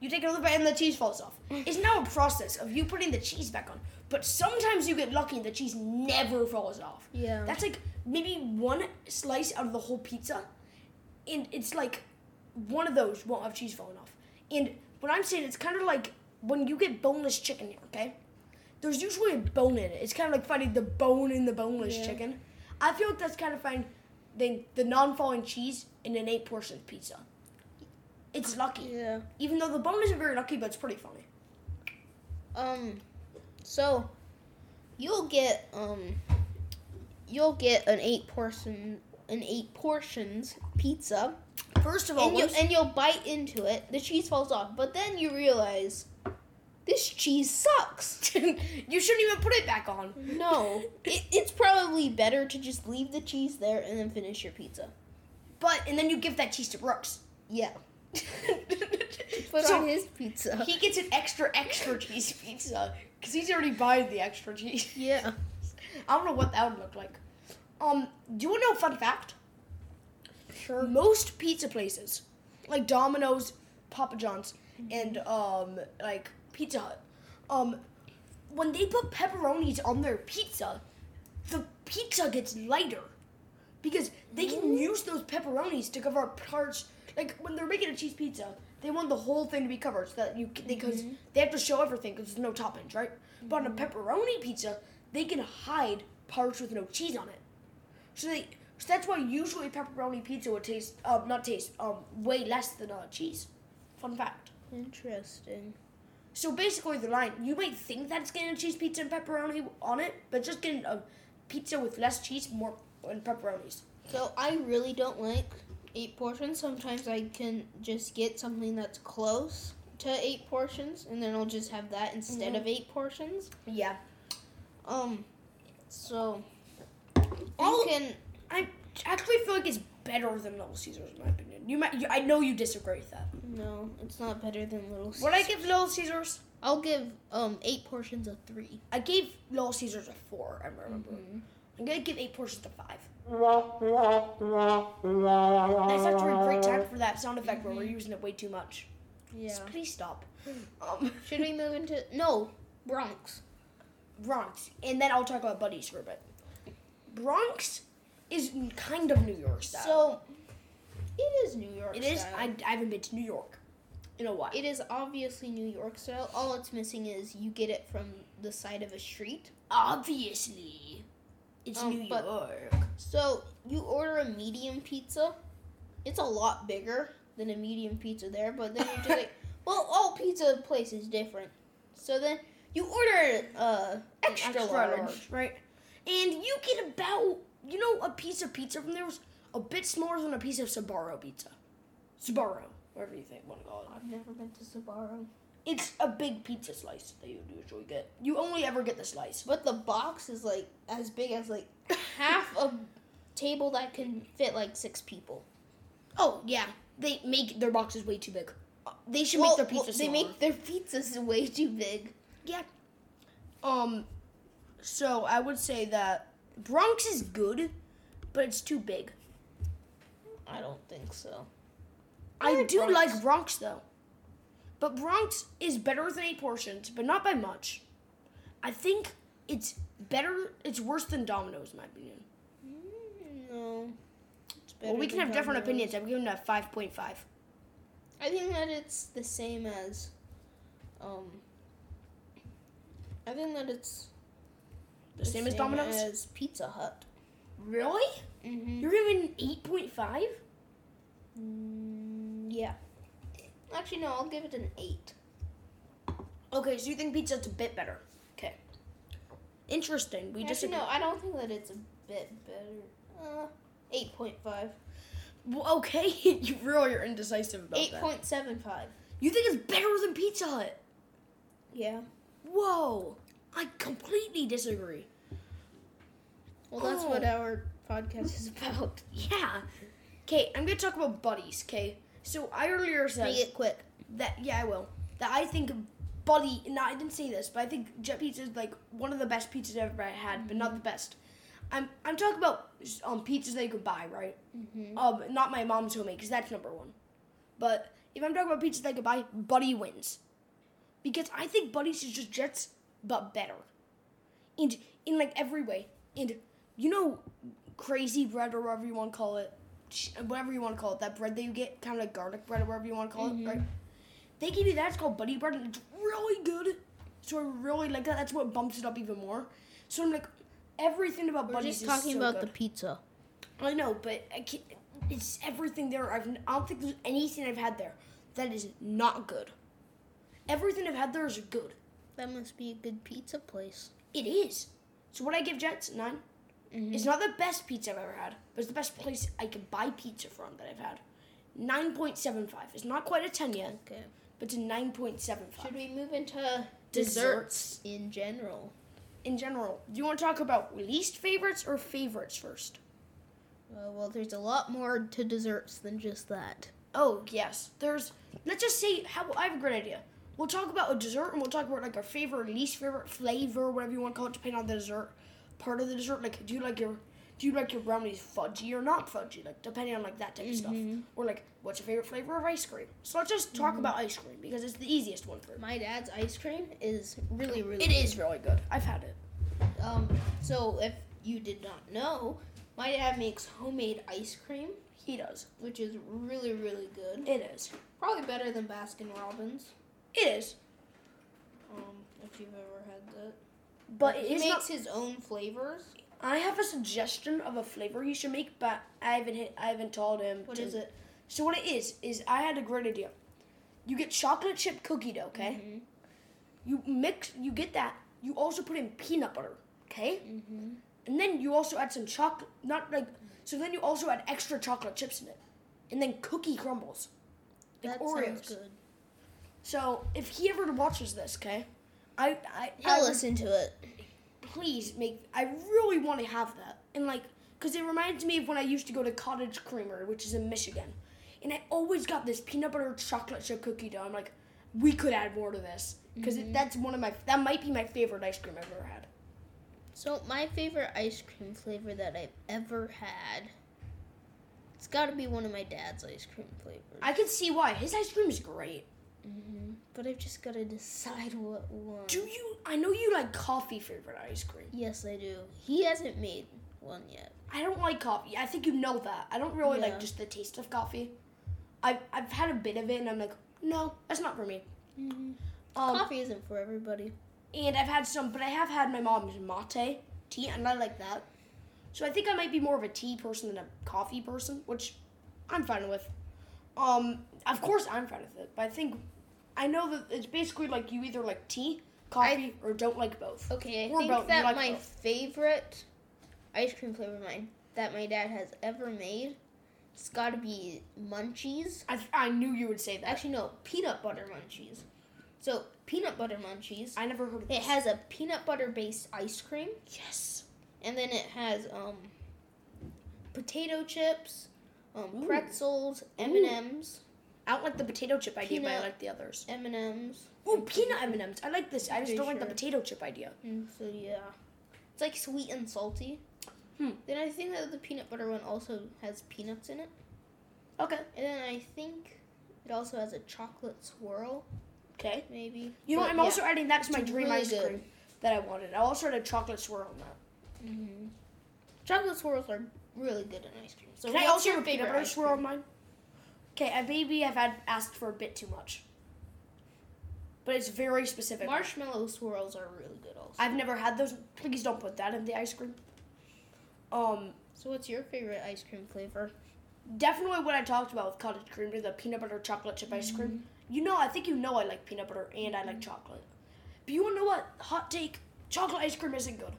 [SPEAKER 3] You take another bite and the cheese falls off. It's now a process of you putting the cheese back on. But sometimes you get lucky and the cheese never falls off.
[SPEAKER 2] Yeah.
[SPEAKER 3] That's like maybe one slice out of the whole pizza. And it's like one of those won't have cheese falling off. And what I'm saying, it's kind of like when you get boneless chicken here, okay? There's usually a bone in it. It's kind of like finding the bone in the boneless
[SPEAKER 2] Yeah.
[SPEAKER 3] chicken. I feel like that's kind of fine. The, the non falling cheese in an eight portion pizza. It's lucky.
[SPEAKER 2] Yeah.
[SPEAKER 3] Even though the bone isn't very lucky, but it's pretty funny.
[SPEAKER 2] Um, so you'll get um you'll get an eight portion an eight portions pizza.
[SPEAKER 3] First of all,
[SPEAKER 2] and you
[SPEAKER 3] once-
[SPEAKER 2] and you'll bite into it. The cheese falls off, but then you realize this cheese
[SPEAKER 3] *laughs*
[SPEAKER 2] sucks.
[SPEAKER 3] you shouldn't even put it back on.
[SPEAKER 2] Mm. no, it, it's probably better to just leave the cheese there and then finish your pizza.
[SPEAKER 3] But and then you give that cheese to Brooks.
[SPEAKER 2] Yeah, put
[SPEAKER 3] But
[SPEAKER 2] on his pizza.
[SPEAKER 3] he gets an extra extra cheese pizza because he's already buying the extra cheese. *laughs*
[SPEAKER 2] yeah,
[SPEAKER 3] I don't know what that would look like. Um, do you want to know a fun fact?
[SPEAKER 2] sure.
[SPEAKER 3] Most pizza places, like Domino's, Papa John's, and um, like Pizza Hut, um, when they put pepperonis on their pizza, the pizza gets lighter because they can use those pepperonis to cover up parts. Like when they're making a cheese pizza, they want the whole thing to be covered so that you because they have to show everything because there's no toppings, right? But on a pepperoni pizza, they can hide parts with no cheese on it. So they so that's why usually pepperoni pizza would taste um not taste um way less than uh, cheese. Fun fact.
[SPEAKER 2] Interesting.
[SPEAKER 3] So basically, the line you might think that it's getting a cheese pizza and pepperoni on it, but it's just getting a pizza with less cheese, more and pepperonis.
[SPEAKER 2] So I really don't like eight portions. Sometimes I can just get something that's close to eight portions, and then I'll just have that instead of eight portions.
[SPEAKER 3] Yeah.
[SPEAKER 2] Um, so
[SPEAKER 3] All-
[SPEAKER 2] you can
[SPEAKER 3] I actually feel like it's better than Little Caesars in my opinion. You might, you, I know you disagree with that.
[SPEAKER 2] no, it's not better than Little Caesars.
[SPEAKER 3] What I give Little Caesars,
[SPEAKER 2] I'll give um eight portions a three.
[SPEAKER 3] I gave Little Caesars a four. I remember.
[SPEAKER 2] Mm-hmm.
[SPEAKER 3] I'm gonna give eight portions a five. That's actually a great time for that sound effect where we're using it way too much.
[SPEAKER 2] Mm-hmm. Yeah. Mm.
[SPEAKER 3] Please stop. Um,
[SPEAKER 2] Should we move into no Bronx?
[SPEAKER 3] Bronx, and then I'll talk about buddies for a bit. Bronx is n- kind of New York style.
[SPEAKER 2] So it is New York.
[SPEAKER 3] it is.
[SPEAKER 2] style.
[SPEAKER 3] I, I haven't been to New York in a while.
[SPEAKER 2] It is obviously New York style. All it's missing is you get it from the side of a street.
[SPEAKER 3] Obviously, it's
[SPEAKER 2] Um,
[SPEAKER 3] New
[SPEAKER 2] but-
[SPEAKER 3] York.
[SPEAKER 2] So you order a medium pizza. It's a lot bigger than a medium pizza there, but then you're
[SPEAKER 3] *laughs*
[SPEAKER 2] just like, well, all pizza place is different. So then you order uh,
[SPEAKER 3] Extra, large. right? And you get about you know a piece of pizza from there was a bit smaller than a piece of Sbarro pizza. Sbarro, whatever you think want to call it.
[SPEAKER 2] I've never been to Sbarro,
[SPEAKER 3] It's a big pizza slice that you usually get. You only ever get the slice.
[SPEAKER 2] but the box is like as big as like half a table that can fit like six people.
[SPEAKER 3] Oh yeah, they make their boxes way too big. Uh, They should make
[SPEAKER 2] Well,
[SPEAKER 3] their pizza.
[SPEAKER 2] well,
[SPEAKER 3] smaller.
[SPEAKER 2] they make their pizzas way too big.
[SPEAKER 3] Yeah. Um, so I would say that Bronx is good, but it's too big.
[SPEAKER 2] I don't think so.
[SPEAKER 3] I,
[SPEAKER 2] like
[SPEAKER 3] do
[SPEAKER 2] Bronx.
[SPEAKER 3] like Bronx though. But Bronx is better than eight portions, but not by much. I think it's better. It's worse than Domino's, in my opinion.
[SPEAKER 2] No. It's
[SPEAKER 3] Mm, well, we
[SPEAKER 2] better
[SPEAKER 3] can
[SPEAKER 2] than
[SPEAKER 3] have different
[SPEAKER 2] Domino's.
[SPEAKER 3] opinions. I'm giving it a five point five.
[SPEAKER 2] I think that it's the same as, um, I think that it's
[SPEAKER 3] The, same, as Domino's.
[SPEAKER 2] as Pizza Hut.
[SPEAKER 3] Really?
[SPEAKER 2] Mm-hmm.
[SPEAKER 3] You're giving eight point five?
[SPEAKER 2] Mm, yeah. Actually, no. I'll give it an eight.
[SPEAKER 3] Okay, so you think pizza's a bit better? Okay. Interesting. We
[SPEAKER 2] Actually,
[SPEAKER 3] disagree.
[SPEAKER 2] no. I don't think that it's a bit better. Uh, eight point five.
[SPEAKER 3] Well, okay, *laughs* you really are indecisive about
[SPEAKER 2] Eight
[SPEAKER 3] that.
[SPEAKER 2] point seven five.
[SPEAKER 3] you think it's better than Pizza Hut?
[SPEAKER 2] Yeah.
[SPEAKER 3] Whoa, I completely disagree.
[SPEAKER 2] Well, that's
[SPEAKER 3] Oh.
[SPEAKER 2] what our podcast is about.
[SPEAKER 3] Yeah. Okay, I'm gonna talk about buddies. Okay, so I earlier said
[SPEAKER 2] Make it quick.
[SPEAKER 3] that. Yeah, I will. That I think buddy. No, I didn't say this, but I think Jet Pizza is like one of the best pizzas I've ever had, but not the best. I'm I'm talking about um pizzas that you could buy, right?
[SPEAKER 2] Mm-hmm.
[SPEAKER 3] Um, not my mom's homemade because that's number one. But if I'm talking about pizzas that I could buy, Buddy wins because I think Buddy's is just Jets but better, and in like every way. And you know, crazy bread or whatever you want to call it, sh- whatever you want to call it, that bread that you get, kind of like garlic bread or whatever you want to call
[SPEAKER 2] Mm-hmm.
[SPEAKER 3] it, right? They give you that. It's called Buddy bread, and it's really good. So I really like that. That's what bumps it up even more. So I'm like, everything about
[SPEAKER 2] We're
[SPEAKER 3] Buddy's
[SPEAKER 2] just
[SPEAKER 3] is
[SPEAKER 2] talking
[SPEAKER 3] so
[SPEAKER 2] about
[SPEAKER 3] good.
[SPEAKER 2] the pizza.
[SPEAKER 3] I know, but I can't, it's everything there. I've, I don't think there's anything I've had there that is not good. Everything I've had there is good.
[SPEAKER 2] That must be a good pizza place.
[SPEAKER 3] It is. So what I give Jets 9
[SPEAKER 2] Mm-hmm.
[SPEAKER 3] It's not the best pizza I've ever had, but it's the best place I could buy pizza from that I've had. Nine point seven five. It's not quite a ten yet,
[SPEAKER 2] Okay.
[SPEAKER 3] but it's a nine point seven
[SPEAKER 2] Should
[SPEAKER 3] five.
[SPEAKER 2] we move into
[SPEAKER 3] Desserts.
[SPEAKER 2] desserts in general?
[SPEAKER 3] In general, do you want to talk about least favorites or favorites first?
[SPEAKER 2] Uh, well, there's a lot more to desserts than just that.
[SPEAKER 3] Oh yes, there's. Let's just say how I have a great idea. We'll talk about a dessert and we'll talk about like our favorite, or least favorite flavor, whatever you want to call it, depending on the dessert part of the dessert. Like, do you like your do you like your brownies fudgy or not fudgy? Like, depending on like that type of stuff. Or like, what's your favorite flavor of ice cream? So let's just talk about ice cream because it's the easiest one for me.
[SPEAKER 2] My dad's ice cream is really, really.
[SPEAKER 3] It is really good. I've had it.
[SPEAKER 2] good. Um. So if you did not know, my dad makes homemade ice cream,
[SPEAKER 3] He does.
[SPEAKER 2] which is really, really good.
[SPEAKER 3] It is.
[SPEAKER 2] Probably better than Baskin Robbins.
[SPEAKER 3] It is.
[SPEAKER 2] Um, if you've ever had that.
[SPEAKER 3] But it
[SPEAKER 2] he
[SPEAKER 3] is
[SPEAKER 2] makes
[SPEAKER 3] not.
[SPEAKER 2] his own flavors.
[SPEAKER 3] I have a suggestion of a flavor you should make, but I haven't hit, I haven't told him.
[SPEAKER 2] What
[SPEAKER 3] to-
[SPEAKER 2] is it?
[SPEAKER 3] So what it is is I had a great idea. You get chocolate chip cookie dough, okay?
[SPEAKER 2] Mm-hmm.
[SPEAKER 3] You mix, you get that. You also put in peanut butter, okay?
[SPEAKER 2] Mm-hmm,
[SPEAKER 3] And then you also add some chocolate, not like, so then you also add extra chocolate chips in it. And then cookie crumbles. Like
[SPEAKER 2] That
[SPEAKER 3] Oreos.
[SPEAKER 2] sounds good.
[SPEAKER 3] So if he ever watches this, okay? I, I, I
[SPEAKER 2] I'll
[SPEAKER 3] would
[SPEAKER 2] listen to it.
[SPEAKER 3] please make i really want to have that and like because it reminds me of when i used to go to cottage creamery which is in michigan and i always got this peanut butter chocolate chip cookie dough i'm like we could add more to this because that's one of my that might be my favorite ice cream i've ever had
[SPEAKER 2] So my favorite ice cream flavor that I've ever had, it's got to be one of my dad's ice cream flavors.
[SPEAKER 3] i can see why his ice cream is great
[SPEAKER 2] hmm But I've just got to decide what one.
[SPEAKER 3] do you i know you like coffee favorite ice cream
[SPEAKER 2] Yes, I do. He hasn't made one yet.
[SPEAKER 3] i don't like coffee i think you know that i don't really
[SPEAKER 2] Yeah.
[SPEAKER 3] like just the taste of coffee I've, I've had a bit of it and i'm like no that's not for me
[SPEAKER 2] Mm-hmm.
[SPEAKER 3] um,
[SPEAKER 2] Coffee isn't for everybody.
[SPEAKER 3] and I've had some, but I have had my mom's mate tea, and I like that. So I think I might be more of a tea person than a coffee person, which I'm fine with. Um, of course I'm fine with it, but I think I know that it's basically like you either like tea, coffee, or don't like both.
[SPEAKER 2] Okay, I
[SPEAKER 3] Or
[SPEAKER 2] think
[SPEAKER 3] both, you
[SPEAKER 2] that
[SPEAKER 3] like
[SPEAKER 2] my
[SPEAKER 3] both.
[SPEAKER 2] favorite ice cream flavor of mine that my dad has ever made, it's got to be munchies.
[SPEAKER 3] I, I knew you would say that.
[SPEAKER 2] Actually, no, peanut butter munchies. So peanut butter munchies.
[SPEAKER 3] I never heard of
[SPEAKER 2] It
[SPEAKER 3] this.
[SPEAKER 2] has a peanut butter based ice cream,
[SPEAKER 3] yes.
[SPEAKER 2] and then it has um, potato chips, um,
[SPEAKER 3] Ooh.
[SPEAKER 2] pretzels, M and M's,
[SPEAKER 3] I don't like the potato chip idea, but I
[SPEAKER 2] Peanut.
[SPEAKER 3] like the others.
[SPEAKER 2] M and M's.
[SPEAKER 3] Ooh, peanut M&Ms. I like this. I just
[SPEAKER 2] Pretty
[SPEAKER 3] don't like the
[SPEAKER 2] sure.
[SPEAKER 3] potato chip idea.
[SPEAKER 2] So yeah, it's like sweet and salty.
[SPEAKER 3] Hmm.
[SPEAKER 2] Then I think that the peanut butter one also has peanuts in it,
[SPEAKER 3] Okay.
[SPEAKER 2] and then I think it also has a chocolate swirl,
[SPEAKER 3] Okay.
[SPEAKER 2] maybe.
[SPEAKER 3] You know,
[SPEAKER 2] But,
[SPEAKER 3] I'm
[SPEAKER 2] yeah.
[SPEAKER 3] also adding that to my
[SPEAKER 2] It's
[SPEAKER 3] dream
[SPEAKER 2] really
[SPEAKER 3] ice
[SPEAKER 2] good.
[SPEAKER 3] cream that I wanted. I also had a chocolate swirl on that.
[SPEAKER 2] Mhm. Chocolate swirls are really good in ice cream. So
[SPEAKER 3] Can I
[SPEAKER 2] what's
[SPEAKER 3] also
[SPEAKER 2] your
[SPEAKER 3] have a peanut
[SPEAKER 2] favorite
[SPEAKER 3] butter
[SPEAKER 2] ice
[SPEAKER 3] swirl on
[SPEAKER 2] cream?
[SPEAKER 3] mine? Okay, I maybe I've had asked for a bit too much, but it's very specific.
[SPEAKER 2] Marshmallow swirls are really good also.
[SPEAKER 3] I've never had those. Please don't put that in the ice cream. Um,
[SPEAKER 2] So what's your favorite ice cream flavor?
[SPEAKER 3] definitely what I talked about with cottage cream, the peanut butter chocolate chip ice cream.
[SPEAKER 2] Mm-hmm.
[SPEAKER 3] You know, I think you know I like peanut butter and I like chocolate. But you wanna know what? Hot take: chocolate ice cream isn't good.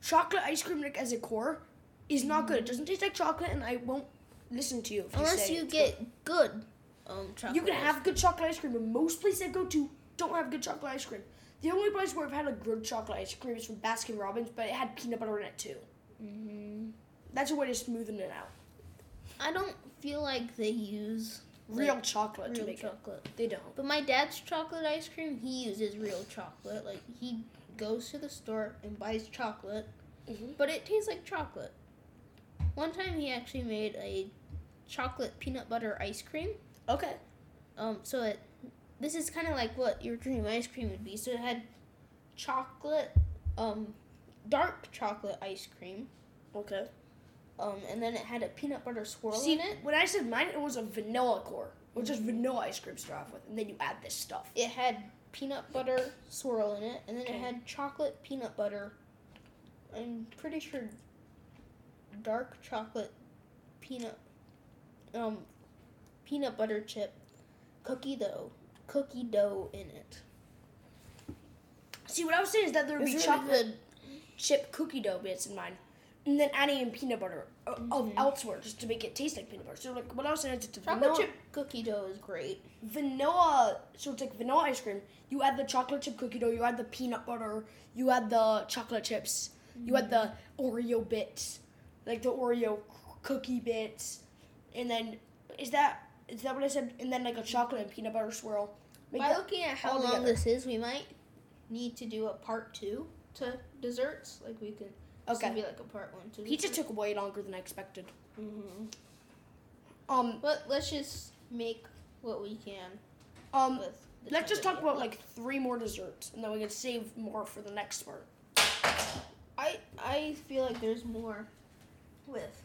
[SPEAKER 3] Chocolate ice cream, like as a core, is not good. It doesn't taste like chocolate, and I won't listen to you if you
[SPEAKER 2] Unless
[SPEAKER 3] say
[SPEAKER 2] you
[SPEAKER 3] it's
[SPEAKER 2] get good um chocolate.
[SPEAKER 3] You can
[SPEAKER 2] ice
[SPEAKER 3] have good chocolate ice cream, but most places I go to don't have good chocolate ice cream. The only place where I've had a good chocolate ice cream is from Baskin Robbins, but it had peanut butter in it too.
[SPEAKER 2] cream.
[SPEAKER 3] That's a way to smoothen it out.
[SPEAKER 2] Mm-hmm. I don't feel like they use
[SPEAKER 3] Real
[SPEAKER 2] like,
[SPEAKER 3] chocolate to
[SPEAKER 2] real
[SPEAKER 3] make
[SPEAKER 2] chocolate.
[SPEAKER 3] it. They don't.
[SPEAKER 2] But my dad's chocolate ice cream, he uses real chocolate. Like he goes to the store and buys chocolate,
[SPEAKER 3] Mhm.
[SPEAKER 2] but it tastes like chocolate. One time he actually made a chocolate peanut butter ice cream.
[SPEAKER 3] Okay.
[SPEAKER 2] Um, so it this is kind of like what your dream ice cream would be. So it had chocolate, um, dark chocolate ice cream,
[SPEAKER 3] Okay.
[SPEAKER 2] um, and then it had a peanut butter swirl
[SPEAKER 3] See,
[SPEAKER 2] in it.
[SPEAKER 3] when I said mine, it was a vanilla core, which is vanilla ice cream to start off with, and then you add this stuff.
[SPEAKER 2] It had peanut butter swirl in it, and then
[SPEAKER 3] Okay.
[SPEAKER 2] it had chocolate peanut butter. I'm pretty sure dark chocolate peanut, um, peanut butter chip cookie dough, cookie dough in it.
[SPEAKER 3] See, what I was saying is that there would
[SPEAKER 2] It's
[SPEAKER 3] be
[SPEAKER 2] really
[SPEAKER 3] chocolate
[SPEAKER 2] good.
[SPEAKER 3] chip cookie dough bits in mine, and then adding in peanut butter uh, of
[SPEAKER 2] Mhm.
[SPEAKER 3] elsewhere just to make it taste like peanut butter. So, like, what I was saying is it's a
[SPEAKER 2] Chocolate
[SPEAKER 3] vanilla,
[SPEAKER 2] chip cookie dough is great.
[SPEAKER 3] vanilla, so it's like vanilla ice cream. You add the chocolate chip cookie dough, you add the peanut butter, you add the chocolate chips, you add the Oreo bits, like the Oreo c- cookie bits, and then is that is that what I said? And then like a chocolate and peanut butter swirl. Make
[SPEAKER 2] By
[SPEAKER 3] that-
[SPEAKER 2] looking at how
[SPEAKER 3] all
[SPEAKER 2] long
[SPEAKER 3] together.
[SPEAKER 2] this is, we might need to do a part two to desserts. Like we could. this
[SPEAKER 3] Okay.
[SPEAKER 2] could Be like a part one to
[SPEAKER 3] Pizza took way longer than I expected.
[SPEAKER 2] hmm
[SPEAKER 3] Um,
[SPEAKER 2] But let's just make what we can
[SPEAKER 3] um,
[SPEAKER 2] with. the
[SPEAKER 3] let's just
[SPEAKER 2] time
[SPEAKER 3] talk
[SPEAKER 2] that we
[SPEAKER 3] about
[SPEAKER 2] have
[SPEAKER 3] like three more desserts, and then we can save more for the next part.
[SPEAKER 2] left. I I feel like there's more with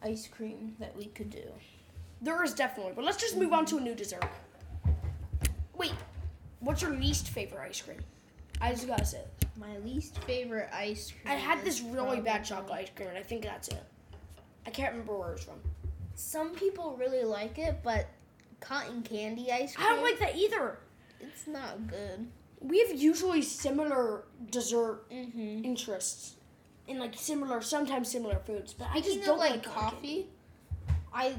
[SPEAKER 2] ice cream that we could do.
[SPEAKER 3] There is definitely, but let's just move on to a new dessert. Wait, what's your least favorite ice cream? I just gotta say, it.
[SPEAKER 2] My least favorite ice
[SPEAKER 3] I
[SPEAKER 2] cream.
[SPEAKER 3] had
[SPEAKER 2] is
[SPEAKER 3] this really bad
[SPEAKER 2] probably-
[SPEAKER 3] chocolate ice cream, and I think that's it. I can't remember where it was from.
[SPEAKER 2] Some people really like it, but cotton candy ice cream.
[SPEAKER 3] I don't like that either.
[SPEAKER 2] It's not good.
[SPEAKER 3] We have usually similar dessert
[SPEAKER 2] Mm-hmm.
[SPEAKER 3] interests in like similar, sometimes similar foods, but I
[SPEAKER 2] I
[SPEAKER 3] just
[SPEAKER 2] just
[SPEAKER 3] don't
[SPEAKER 2] like,
[SPEAKER 3] like cotton candy.
[SPEAKER 2] coffee. I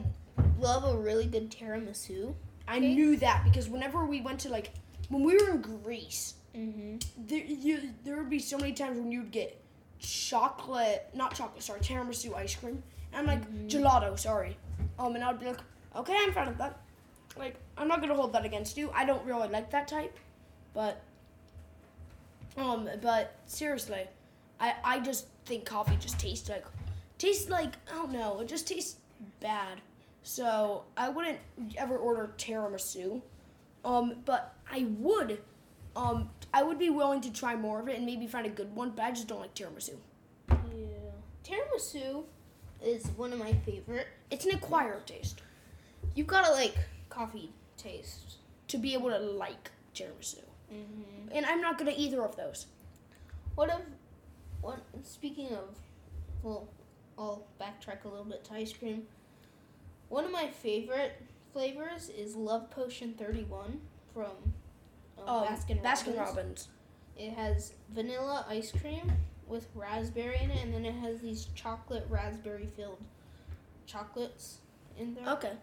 [SPEAKER 2] love a really good tiramisu.
[SPEAKER 3] I knew that because whenever we went to like when we were in Greece,
[SPEAKER 2] Mm-hmm.
[SPEAKER 3] there you, there would be so many times when you'd get chocolate, not chocolate, sorry, tiramisu ice cream, and like gelato, sorry, um, and I'd be like, okay, I'm fine with that. Like, I'm not gonna hold that against you. I don't really like that type, but um, but seriously, I I just think coffee just tastes like tastes like I don't know, it just tastes bad. So I wouldn't ever order tiramisu. Um, but I would, um, I would be willing to try more of it and maybe find a good one. But I just don't like tiramisu.
[SPEAKER 2] Yeah. Tiramisu is one of my favorite.
[SPEAKER 3] It's an acquired taste
[SPEAKER 2] You've got to like coffee taste.
[SPEAKER 3] to be able to like tiramisu,
[SPEAKER 2] Mm-hmm.
[SPEAKER 3] and I'm not good at either of those.
[SPEAKER 2] What if? What? Speaking of, well, I'll backtrack a little bit to ice cream. One of my favorite flavors is Love Potion Thirty One from um,
[SPEAKER 3] Um,
[SPEAKER 2] Baskin
[SPEAKER 3] Baskin
[SPEAKER 2] Robbins.
[SPEAKER 3] Robbins.
[SPEAKER 2] It has vanilla ice cream with raspberry in it, and then it has these chocolate raspberry filled chocolates in there.
[SPEAKER 3] Okay,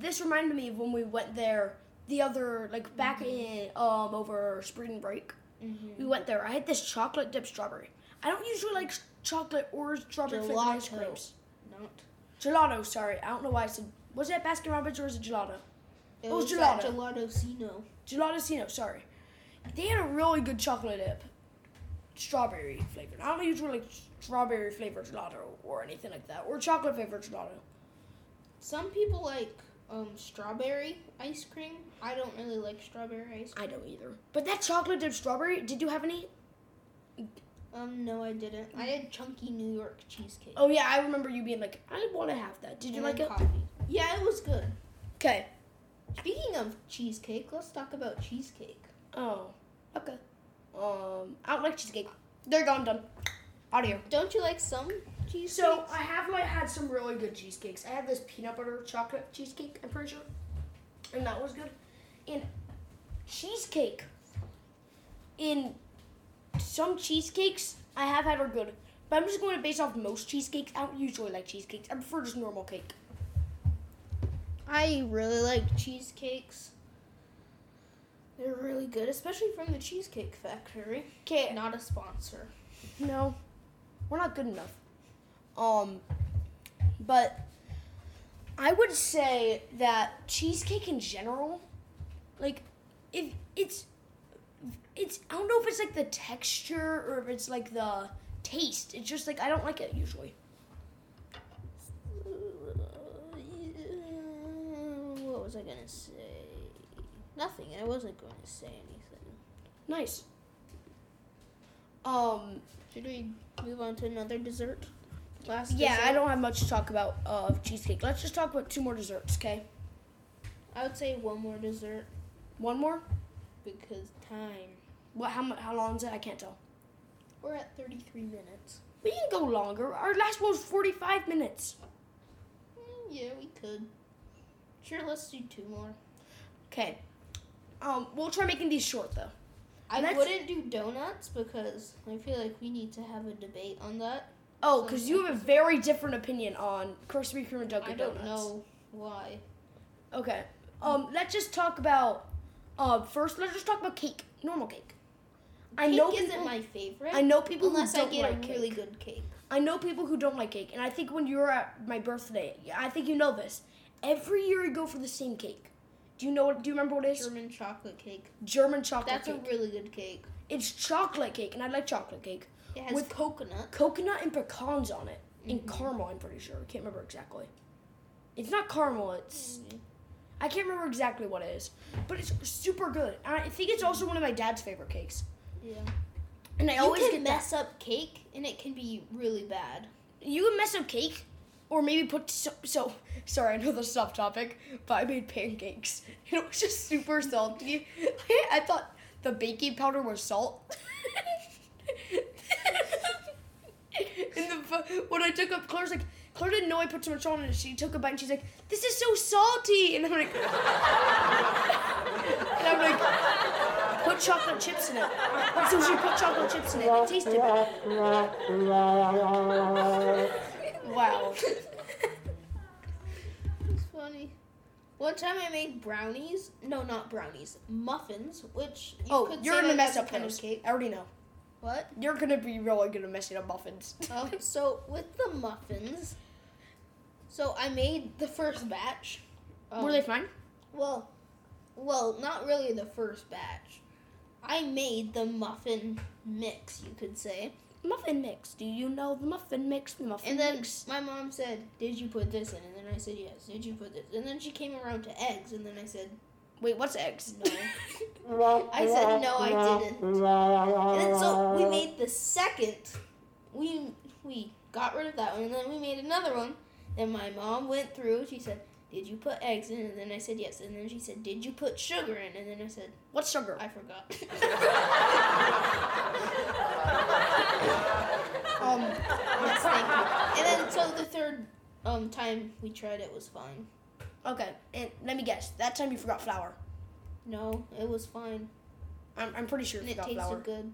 [SPEAKER 3] this reminded me of when we went there the other like back in um over spring break. We
[SPEAKER 2] Mm-hmm.
[SPEAKER 3] went there. I had this chocolate dip strawberry. I don't usually like chocolate or strawberry flavored ice
[SPEAKER 2] Gelato.
[SPEAKER 3] creams.
[SPEAKER 2] Not.
[SPEAKER 3] Gelato, sorry. I don't know why I said. Was that Baskin Robbins or was it gelato?
[SPEAKER 2] It
[SPEAKER 3] Oh,
[SPEAKER 2] was that
[SPEAKER 3] gelato.
[SPEAKER 2] gelatosino.
[SPEAKER 3] Gelatosino, sorry. They had a really good chocolate dip. Strawberry flavored. I don't usually like strawberry flavored gelato or anything like that, or chocolate flavored gelato.
[SPEAKER 2] Some people like um, strawberry ice cream. I don't really like strawberry ice cream.
[SPEAKER 3] I don't either. But that chocolate dip strawberry, did you have any?
[SPEAKER 2] Um, no, I didn't. I had chunky New York cheesecake.
[SPEAKER 3] Oh, yeah, I remember you being like, I want to have that. Did you
[SPEAKER 2] and
[SPEAKER 3] like
[SPEAKER 2] then
[SPEAKER 3] it?
[SPEAKER 2] Coffee. Yeah, it was good.
[SPEAKER 3] Okay.
[SPEAKER 2] Speaking of cheesecake, let's talk about cheesecake.
[SPEAKER 3] Oh, okay. Um, I don't like cheesecake. They're gone, done. Out of here.
[SPEAKER 2] Don't you like some cheesecake?
[SPEAKER 3] So I have like had some really good cheesecakes. I had this peanut butter chocolate cheesecake, I'm pretty sure, and that was good. And cheesecake, in some cheesecakes I have had are good, but I'm just going to base off most cheesecakes. I don't usually like cheesecakes. I prefer just normal cake.
[SPEAKER 2] I really like cheesecakes. They're really good, especially from the Cheesecake Factory.
[SPEAKER 3] Okay,
[SPEAKER 2] Not a sponsor.
[SPEAKER 3] no, we're not good enough. Um, but I would say that cheesecake in general, like, if it's, it's I don't know if it's like the texture or if it's like the taste. It's just like I don't like it usually.
[SPEAKER 2] What was I gonna say? Nothing. I wasn't going to say anything.
[SPEAKER 3] Nice. Um.
[SPEAKER 2] Should we move on to another dessert? Last
[SPEAKER 3] Yeah,
[SPEAKER 2] dessert?
[SPEAKER 3] I don't have much to talk about of cheesecake. Let's just talk about two more desserts, okay?
[SPEAKER 2] I would say one more dessert
[SPEAKER 3] One more.
[SPEAKER 2] because time.
[SPEAKER 3] What? How mu- How long is it? I can't tell.
[SPEAKER 2] We're at 33 minutes.
[SPEAKER 3] We can go longer. Our last one was forty-five minutes.
[SPEAKER 2] Mm, yeah, we could. Sure, let's do two more.
[SPEAKER 3] Okay. Um, we'll try making these short though.
[SPEAKER 2] I
[SPEAKER 3] Let's-
[SPEAKER 2] wouldn't do donuts because I feel like we need to have a debate on that.
[SPEAKER 3] Oh, because you have a very different opinion on Krispy Kreme and Dunkin'
[SPEAKER 2] I don't
[SPEAKER 3] Donuts.
[SPEAKER 2] know why.
[SPEAKER 3] Okay. Um, let's just talk about. Uh, first, let's just talk about cake. Normal cake. I
[SPEAKER 2] cake
[SPEAKER 3] know
[SPEAKER 2] isn't
[SPEAKER 3] people,
[SPEAKER 2] my favorite.
[SPEAKER 3] I know people who
[SPEAKER 2] unless I
[SPEAKER 3] don't
[SPEAKER 2] get
[SPEAKER 3] like
[SPEAKER 2] a
[SPEAKER 3] cake.
[SPEAKER 2] really good cake.
[SPEAKER 3] I know people who don't like cake, and I think when you were at my birthday, I think you know this. Every year you go for the same cake. Do you know what? Do you remember what it is?
[SPEAKER 2] German chocolate cake.
[SPEAKER 3] German chocolate
[SPEAKER 2] That's
[SPEAKER 3] cake.
[SPEAKER 2] a really good cake.
[SPEAKER 3] it's chocolate cake, and I like chocolate cake.
[SPEAKER 2] It has
[SPEAKER 3] With-
[SPEAKER 2] coconut.
[SPEAKER 3] coconut and pecans on it and
[SPEAKER 2] Mm-hmm.
[SPEAKER 3] caramel i'm pretty sure i can't remember exactly it's not caramel it's
[SPEAKER 2] Mm,
[SPEAKER 3] i can't remember exactly what it is but it's super good and i think it's also one of my dad's favorite cakes
[SPEAKER 2] Yeah.
[SPEAKER 3] and i
[SPEAKER 2] You
[SPEAKER 3] always
[SPEAKER 2] can
[SPEAKER 3] get
[SPEAKER 2] mess up cake and it can be really bad.
[SPEAKER 3] that you can mess up cake or maybe put so, so sorry i know this is off topic but i made pancakes *laughs* and it was just super salty *laughs* i thought the baking powder was salt *laughs* and the, fu- when I took up Claire's like, Claire didn't know I put so much on it. She took a bite and she's like, "This is so salty," and I'm like, *laughs* and I'm like, put chocolate chips in it. And so she put chocolate chips in it. It tasted better. Wow.
[SPEAKER 2] It's funny. One time I made brownies. No, not brownies. Muffins, which you
[SPEAKER 3] Oh,
[SPEAKER 2] could
[SPEAKER 3] you're
[SPEAKER 2] say
[SPEAKER 3] gonna
[SPEAKER 2] that
[SPEAKER 3] mess
[SPEAKER 2] that's
[SPEAKER 3] up
[SPEAKER 2] kind of
[SPEAKER 3] those.
[SPEAKER 2] cake.
[SPEAKER 3] I already know. *laughs*
[SPEAKER 2] What?
[SPEAKER 3] You're gonna be really good at messing up muffins.
[SPEAKER 2] Um, so with the muffins, so I made the first batch. Um,
[SPEAKER 3] Were they fine?
[SPEAKER 2] Well, well, not really the first batch. I made the muffin mix, you could say.
[SPEAKER 3] Muffin mix. Do you know the muffin mix? The muffin
[SPEAKER 2] And then my mom said, "Did you put this in?" And then I said, "Yes." Did you put this? And then she came around to eggs, and then I said,
[SPEAKER 3] Wait, what's eggs?
[SPEAKER 2] "No." I said, "No, I didn't." And then so we made the second. We we got rid of that one, and then we made another one. Then my mom went through. She said, "Did you put eggs in?" And then I said, "Yes." And then she said, "Did you put sugar in?" And then I said,
[SPEAKER 3] *laughs* What's sugar?
[SPEAKER 2] "I forgot."
[SPEAKER 3] Um,
[SPEAKER 2] Yes, thank you. And then so the third um time we tried it was fine.
[SPEAKER 3] okay. And let me guess. That time you forgot flour.
[SPEAKER 2] No, it was fine.
[SPEAKER 3] I'm, I'm pretty sure
[SPEAKER 2] And
[SPEAKER 3] you
[SPEAKER 2] it
[SPEAKER 3] forgot
[SPEAKER 2] tasted
[SPEAKER 3] flour.
[SPEAKER 2] good.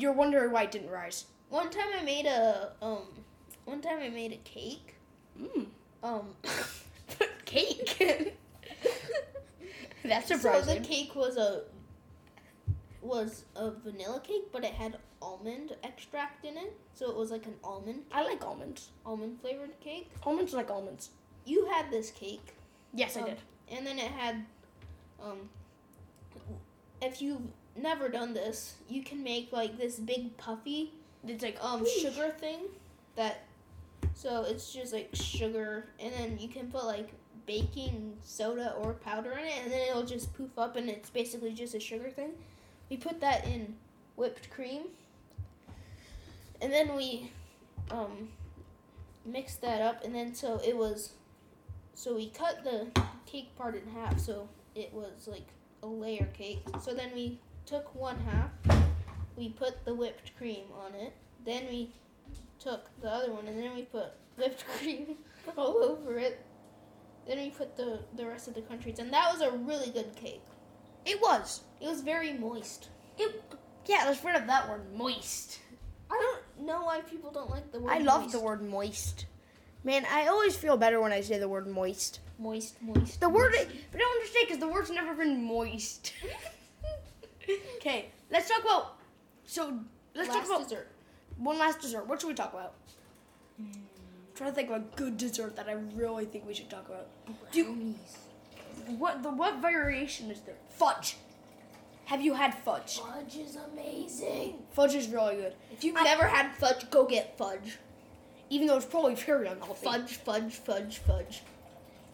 [SPEAKER 3] You're wondering why it didn't rise.
[SPEAKER 2] One time I made a um one time I made a cake.
[SPEAKER 3] Mmm.
[SPEAKER 2] Um *coughs* cake.
[SPEAKER 3] *laughs*
[SPEAKER 2] *laughs*
[SPEAKER 3] That's
[SPEAKER 2] So the
[SPEAKER 3] surprising.
[SPEAKER 2] cake was a was a vanilla cake, but it had almond extract in it. So it was like an almond
[SPEAKER 3] I like almonds.
[SPEAKER 2] almond flavored cake.
[SPEAKER 3] Almonds like almonds.
[SPEAKER 2] You had this cake.
[SPEAKER 3] Yes,
[SPEAKER 2] Um,
[SPEAKER 3] I did.
[SPEAKER 2] And then it had, um, if you've never done this, you can make like this big puffy
[SPEAKER 3] It's like
[SPEAKER 2] um
[SPEAKER 3] Ooh.
[SPEAKER 2] sugar thing that, so it's just like sugar, and then you can put like baking soda or powder in it, and then it'll just poof up, and it's basically just a sugar thing. We put that in whipped cream, and then we, um, mixed that up, and then so it was, so we cut the cake part in half, so it was like a layer cake. So then we took one half, we put the whipped cream on it, then we took the other one, and then we put whipped *laughs* cream all over it. Then we put the, the rest of the countries, and that was a really good cake.
[SPEAKER 3] it was.
[SPEAKER 2] It was very moist.
[SPEAKER 3] It. Yeah, let's rid of that word moist.
[SPEAKER 2] I don't know why people don't like the word.
[SPEAKER 3] I love
[SPEAKER 2] moist.
[SPEAKER 3] the word moist. Man, I always feel better when I say the word moist.
[SPEAKER 2] moist, moist.
[SPEAKER 3] The word,
[SPEAKER 2] *laughs* moist.
[SPEAKER 3] but I don't understand because the word's never been
[SPEAKER 2] *laughs*
[SPEAKER 3] moist. Okay, let's talk about. So let's
[SPEAKER 2] Last
[SPEAKER 3] talk about
[SPEAKER 2] dessert.
[SPEAKER 3] one last dessert. What should we talk about? I'm trying to think of a good dessert that I really think we should talk about. Do, what the what variation is there? Fudge. Have you had fudge?
[SPEAKER 2] Fudge is amazing.
[SPEAKER 3] Fudge is really good,
[SPEAKER 2] If you've
[SPEAKER 3] I-
[SPEAKER 2] never had fudge, go get fudge.
[SPEAKER 3] even though it's probably very unhealthy.
[SPEAKER 2] Fudge, fudge, fudge, fudge.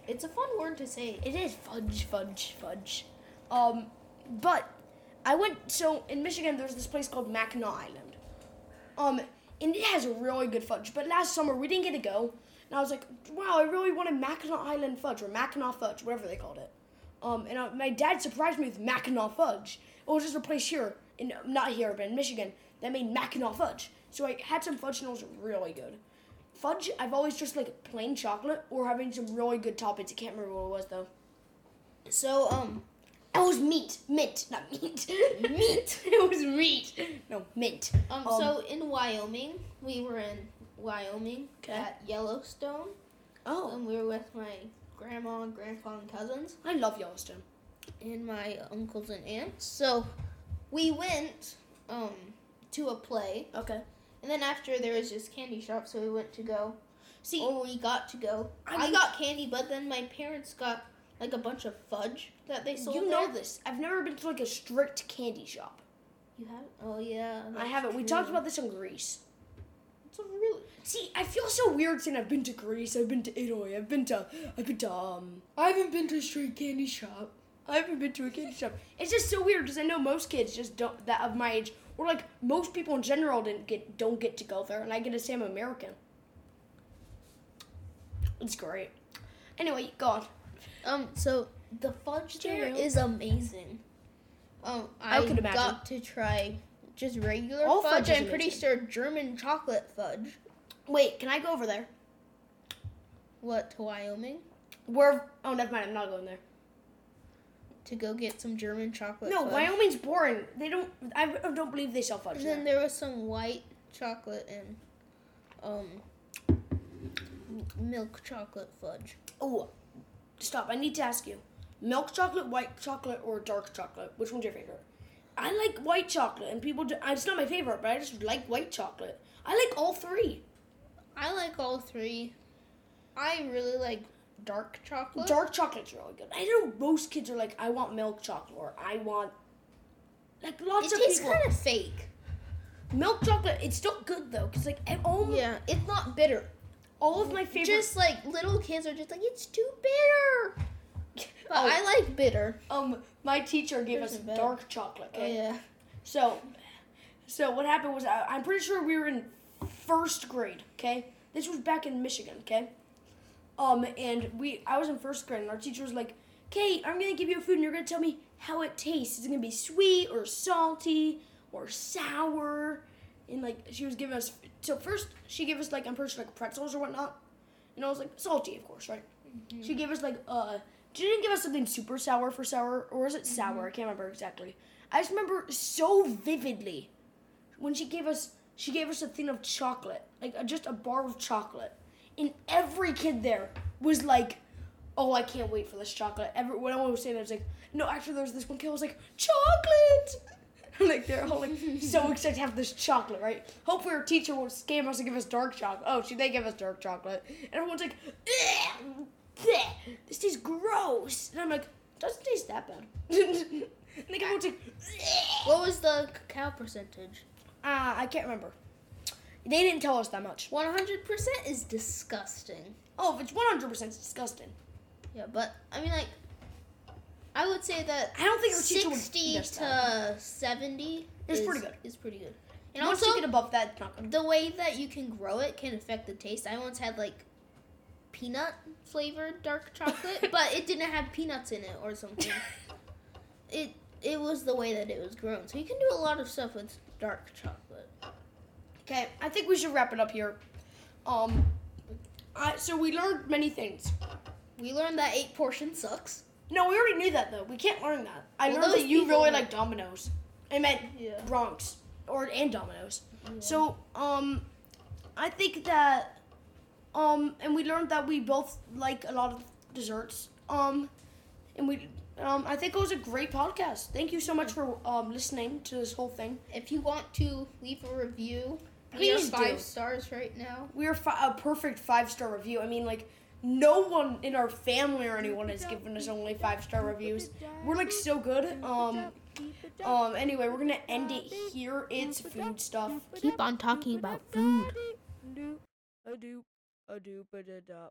[SPEAKER 2] It's a fun word to say.
[SPEAKER 3] It is fudge, fudge, fudge. Um, but I went so in Michigan. There's this place called Mackinac Island. Um, and it has really good fudge. But last summer we didn't get to go, and I was like, wow, I really wanted Mackinac Island fudge or Mackinac fudge, whatever they called it. Um, and I, my dad surprised me with Mackinac fudge. It was just a place here, in not here, but in Michigan, that made Mackinac fudge. So I had some fudge, and it was really good. Fudge, I've always just like plain chocolate or having some really good toppings. I can't remember what it was though.
[SPEAKER 2] So, um,
[SPEAKER 3] It was meat. Mint, not meat. *laughs* meat. It was meat. No, mint.
[SPEAKER 2] um,
[SPEAKER 3] Um,
[SPEAKER 2] so in Wyoming, we were in Wyoming
[SPEAKER 3] 'Kay.
[SPEAKER 2] at Yellowstone,
[SPEAKER 3] Oh,
[SPEAKER 2] and we were with my grandma, and grandpa, and cousins,
[SPEAKER 3] I love Yellowstone.
[SPEAKER 2] and my uncles and aunts. So, we went, um, to a play,
[SPEAKER 3] Okay.
[SPEAKER 2] and then after there was just candy shop, so we went to go.
[SPEAKER 3] See,
[SPEAKER 2] or we got to go.
[SPEAKER 3] I
[SPEAKER 2] I
[SPEAKER 3] mean-
[SPEAKER 2] got candy, but then my parents got like a bunch of fudge that they sold.
[SPEAKER 3] you know
[SPEAKER 2] there.
[SPEAKER 3] this. I've never been to like a strict candy shop.
[SPEAKER 2] You have? Oh yeah.
[SPEAKER 3] I
[SPEAKER 2] that's
[SPEAKER 3] haven't. We
[SPEAKER 2] true.
[SPEAKER 3] talked about this in Greece.
[SPEAKER 2] It's a really.
[SPEAKER 3] See, I feel so weird saying I've been to Greece. I've been to Italy. I've been to. I've been to. Um. I haven't been to a straight candy shop. I haven't been to a candy shop. It's just so weird because I know most kids just don't that of my age, or like most people in general, didn't get don't get to go there, and I get to say I'm American. It's great. Anyway, go on.
[SPEAKER 2] Um. So the fudge there
[SPEAKER 3] True.
[SPEAKER 2] is amazing. Um.
[SPEAKER 3] I
[SPEAKER 2] I,
[SPEAKER 3] can imagine.
[SPEAKER 2] got to try just regular
[SPEAKER 3] All
[SPEAKER 2] fudge.
[SPEAKER 3] fudge is
[SPEAKER 2] I'm pretty
[SPEAKER 3] amazing.
[SPEAKER 2] sure German chocolate fudge.
[SPEAKER 3] Wait, can I go over there?
[SPEAKER 2] What to Wyoming
[SPEAKER 3] Where? Oh, never mind. I'm not going there.
[SPEAKER 2] to go get some German chocolate?
[SPEAKER 3] No,
[SPEAKER 2] fudge.
[SPEAKER 3] Wyoming's boring. They don't. I don't believe they sell fudge
[SPEAKER 2] And then
[SPEAKER 3] there.
[SPEAKER 2] there was some white chocolate and um m- milk chocolate fudge.
[SPEAKER 3] Oh, stop! I need to ask you: milk chocolate, white chocolate, or dark chocolate? Which one's your favorite? I like white chocolate, and people. Do, it's not my favorite, but I just like white chocolate. I like all three.
[SPEAKER 2] I like all three. I really like dark chocolate.
[SPEAKER 3] Dark chocolate's really good. I know most kids are like, I want milk chocolate, or I want. Like lots
[SPEAKER 2] it
[SPEAKER 3] of
[SPEAKER 2] tastes
[SPEAKER 3] people,
[SPEAKER 2] kind of fake.
[SPEAKER 3] milk chocolate. It's still good though, cause like ev- all
[SPEAKER 2] Yeah, it's not bitter.
[SPEAKER 3] all of my favorite. *laughs*
[SPEAKER 2] Just like little kids are just like it's too bitter. But
[SPEAKER 3] Oh.
[SPEAKER 2] I like bitter.
[SPEAKER 3] Um, my teacher gave
[SPEAKER 2] There's
[SPEAKER 3] us
[SPEAKER 2] a bed.
[SPEAKER 3] dark chocolate.
[SPEAKER 2] Oh,
[SPEAKER 3] okay?
[SPEAKER 2] yeah.
[SPEAKER 3] So, so what happened was I, I'm pretty sure we were in first grade. Okay, this was back in Michigan. Okay, um, and we I was in first grade, and our teacher was like, "Okay, I'm gonna give you food, and you're gonna tell me how it tastes. Is it gonna be sweet or salty or sour?" And like she was giving us so first she gave us like I'm pretty sure like pretzels or whatnot, and I was like salty of course, right? She gave us like uh she didn't give us something super sour for sour or was it sour? I can't remember exactly. I just remember so vividly when she gave us she gave us a thing of chocolate, like uh, just a bar of chocolate, and every kid there was like, "Oh, I can't wait for this chocolate." Every when I was saying that, I was like, "No, actually, there was this one kid who was like, chocolate." *laughs* like they're all like
[SPEAKER 2] *laughs*
[SPEAKER 3] so excited to have this chocolate, right? Hopefully, our teacher won't scam us and give us dark chocolate. Oh, she they give us dark chocolate, and everyone's like, "Ugh, bleh, "This tastes gross," and I'm like, "Doesn't taste that bad." *laughs* and the guy was like, "Ugh."
[SPEAKER 2] What was the cacao percentage?
[SPEAKER 3] Uh, I can't remember. They didn't tell us that much.
[SPEAKER 2] 100% is disgusting.
[SPEAKER 3] Oh, if it's 100%, it's disgusting.
[SPEAKER 2] Yeah, but I mean like I would say that
[SPEAKER 3] I don't think our teacher would
[SPEAKER 2] 60
[SPEAKER 3] feed us that.
[SPEAKER 2] to 70
[SPEAKER 3] It's
[SPEAKER 2] is
[SPEAKER 3] pretty good.
[SPEAKER 2] Is pretty good. And
[SPEAKER 3] Once
[SPEAKER 2] also
[SPEAKER 3] you get above that, it's not good.
[SPEAKER 2] the way that you can grow it can affect the taste. I once had like peanut
[SPEAKER 3] *laughs*
[SPEAKER 2] flavored dark chocolate, but it didn't have peanuts in it or something. it it was the way that it was grown. So you can do a lot of stuff with dark chocolate.
[SPEAKER 3] Okay, I think we should wrap it up here. Um, I, so we learned many things.
[SPEAKER 2] We learned that eight portion sucks.
[SPEAKER 3] No, we already knew that, though. We can't learn that. I
[SPEAKER 2] Well,
[SPEAKER 3] learned
[SPEAKER 2] those
[SPEAKER 3] that you
[SPEAKER 2] people
[SPEAKER 3] really
[SPEAKER 2] were-
[SPEAKER 3] like Dominoes. I meant
[SPEAKER 2] Yeah.
[SPEAKER 3] Bronx. Or, and Dominoes. So, um, I think that, um, and we learned that we both like a lot of desserts. Um, and we, um, I think it was a great podcast. Thank you so much for um, listening to this whole thing.
[SPEAKER 2] If you want to leave a review, we have
[SPEAKER 3] Please do.
[SPEAKER 2] five stars right now.
[SPEAKER 3] We are fi- a perfect five star review. I mean, like, no one in our family or anyone has given us only five star reviews. We're like so good. Um, um. Anyway, we're gonna end it here. It's food stuff.
[SPEAKER 2] Keep on talking about food.
[SPEAKER 1] Do a do a do ba da da.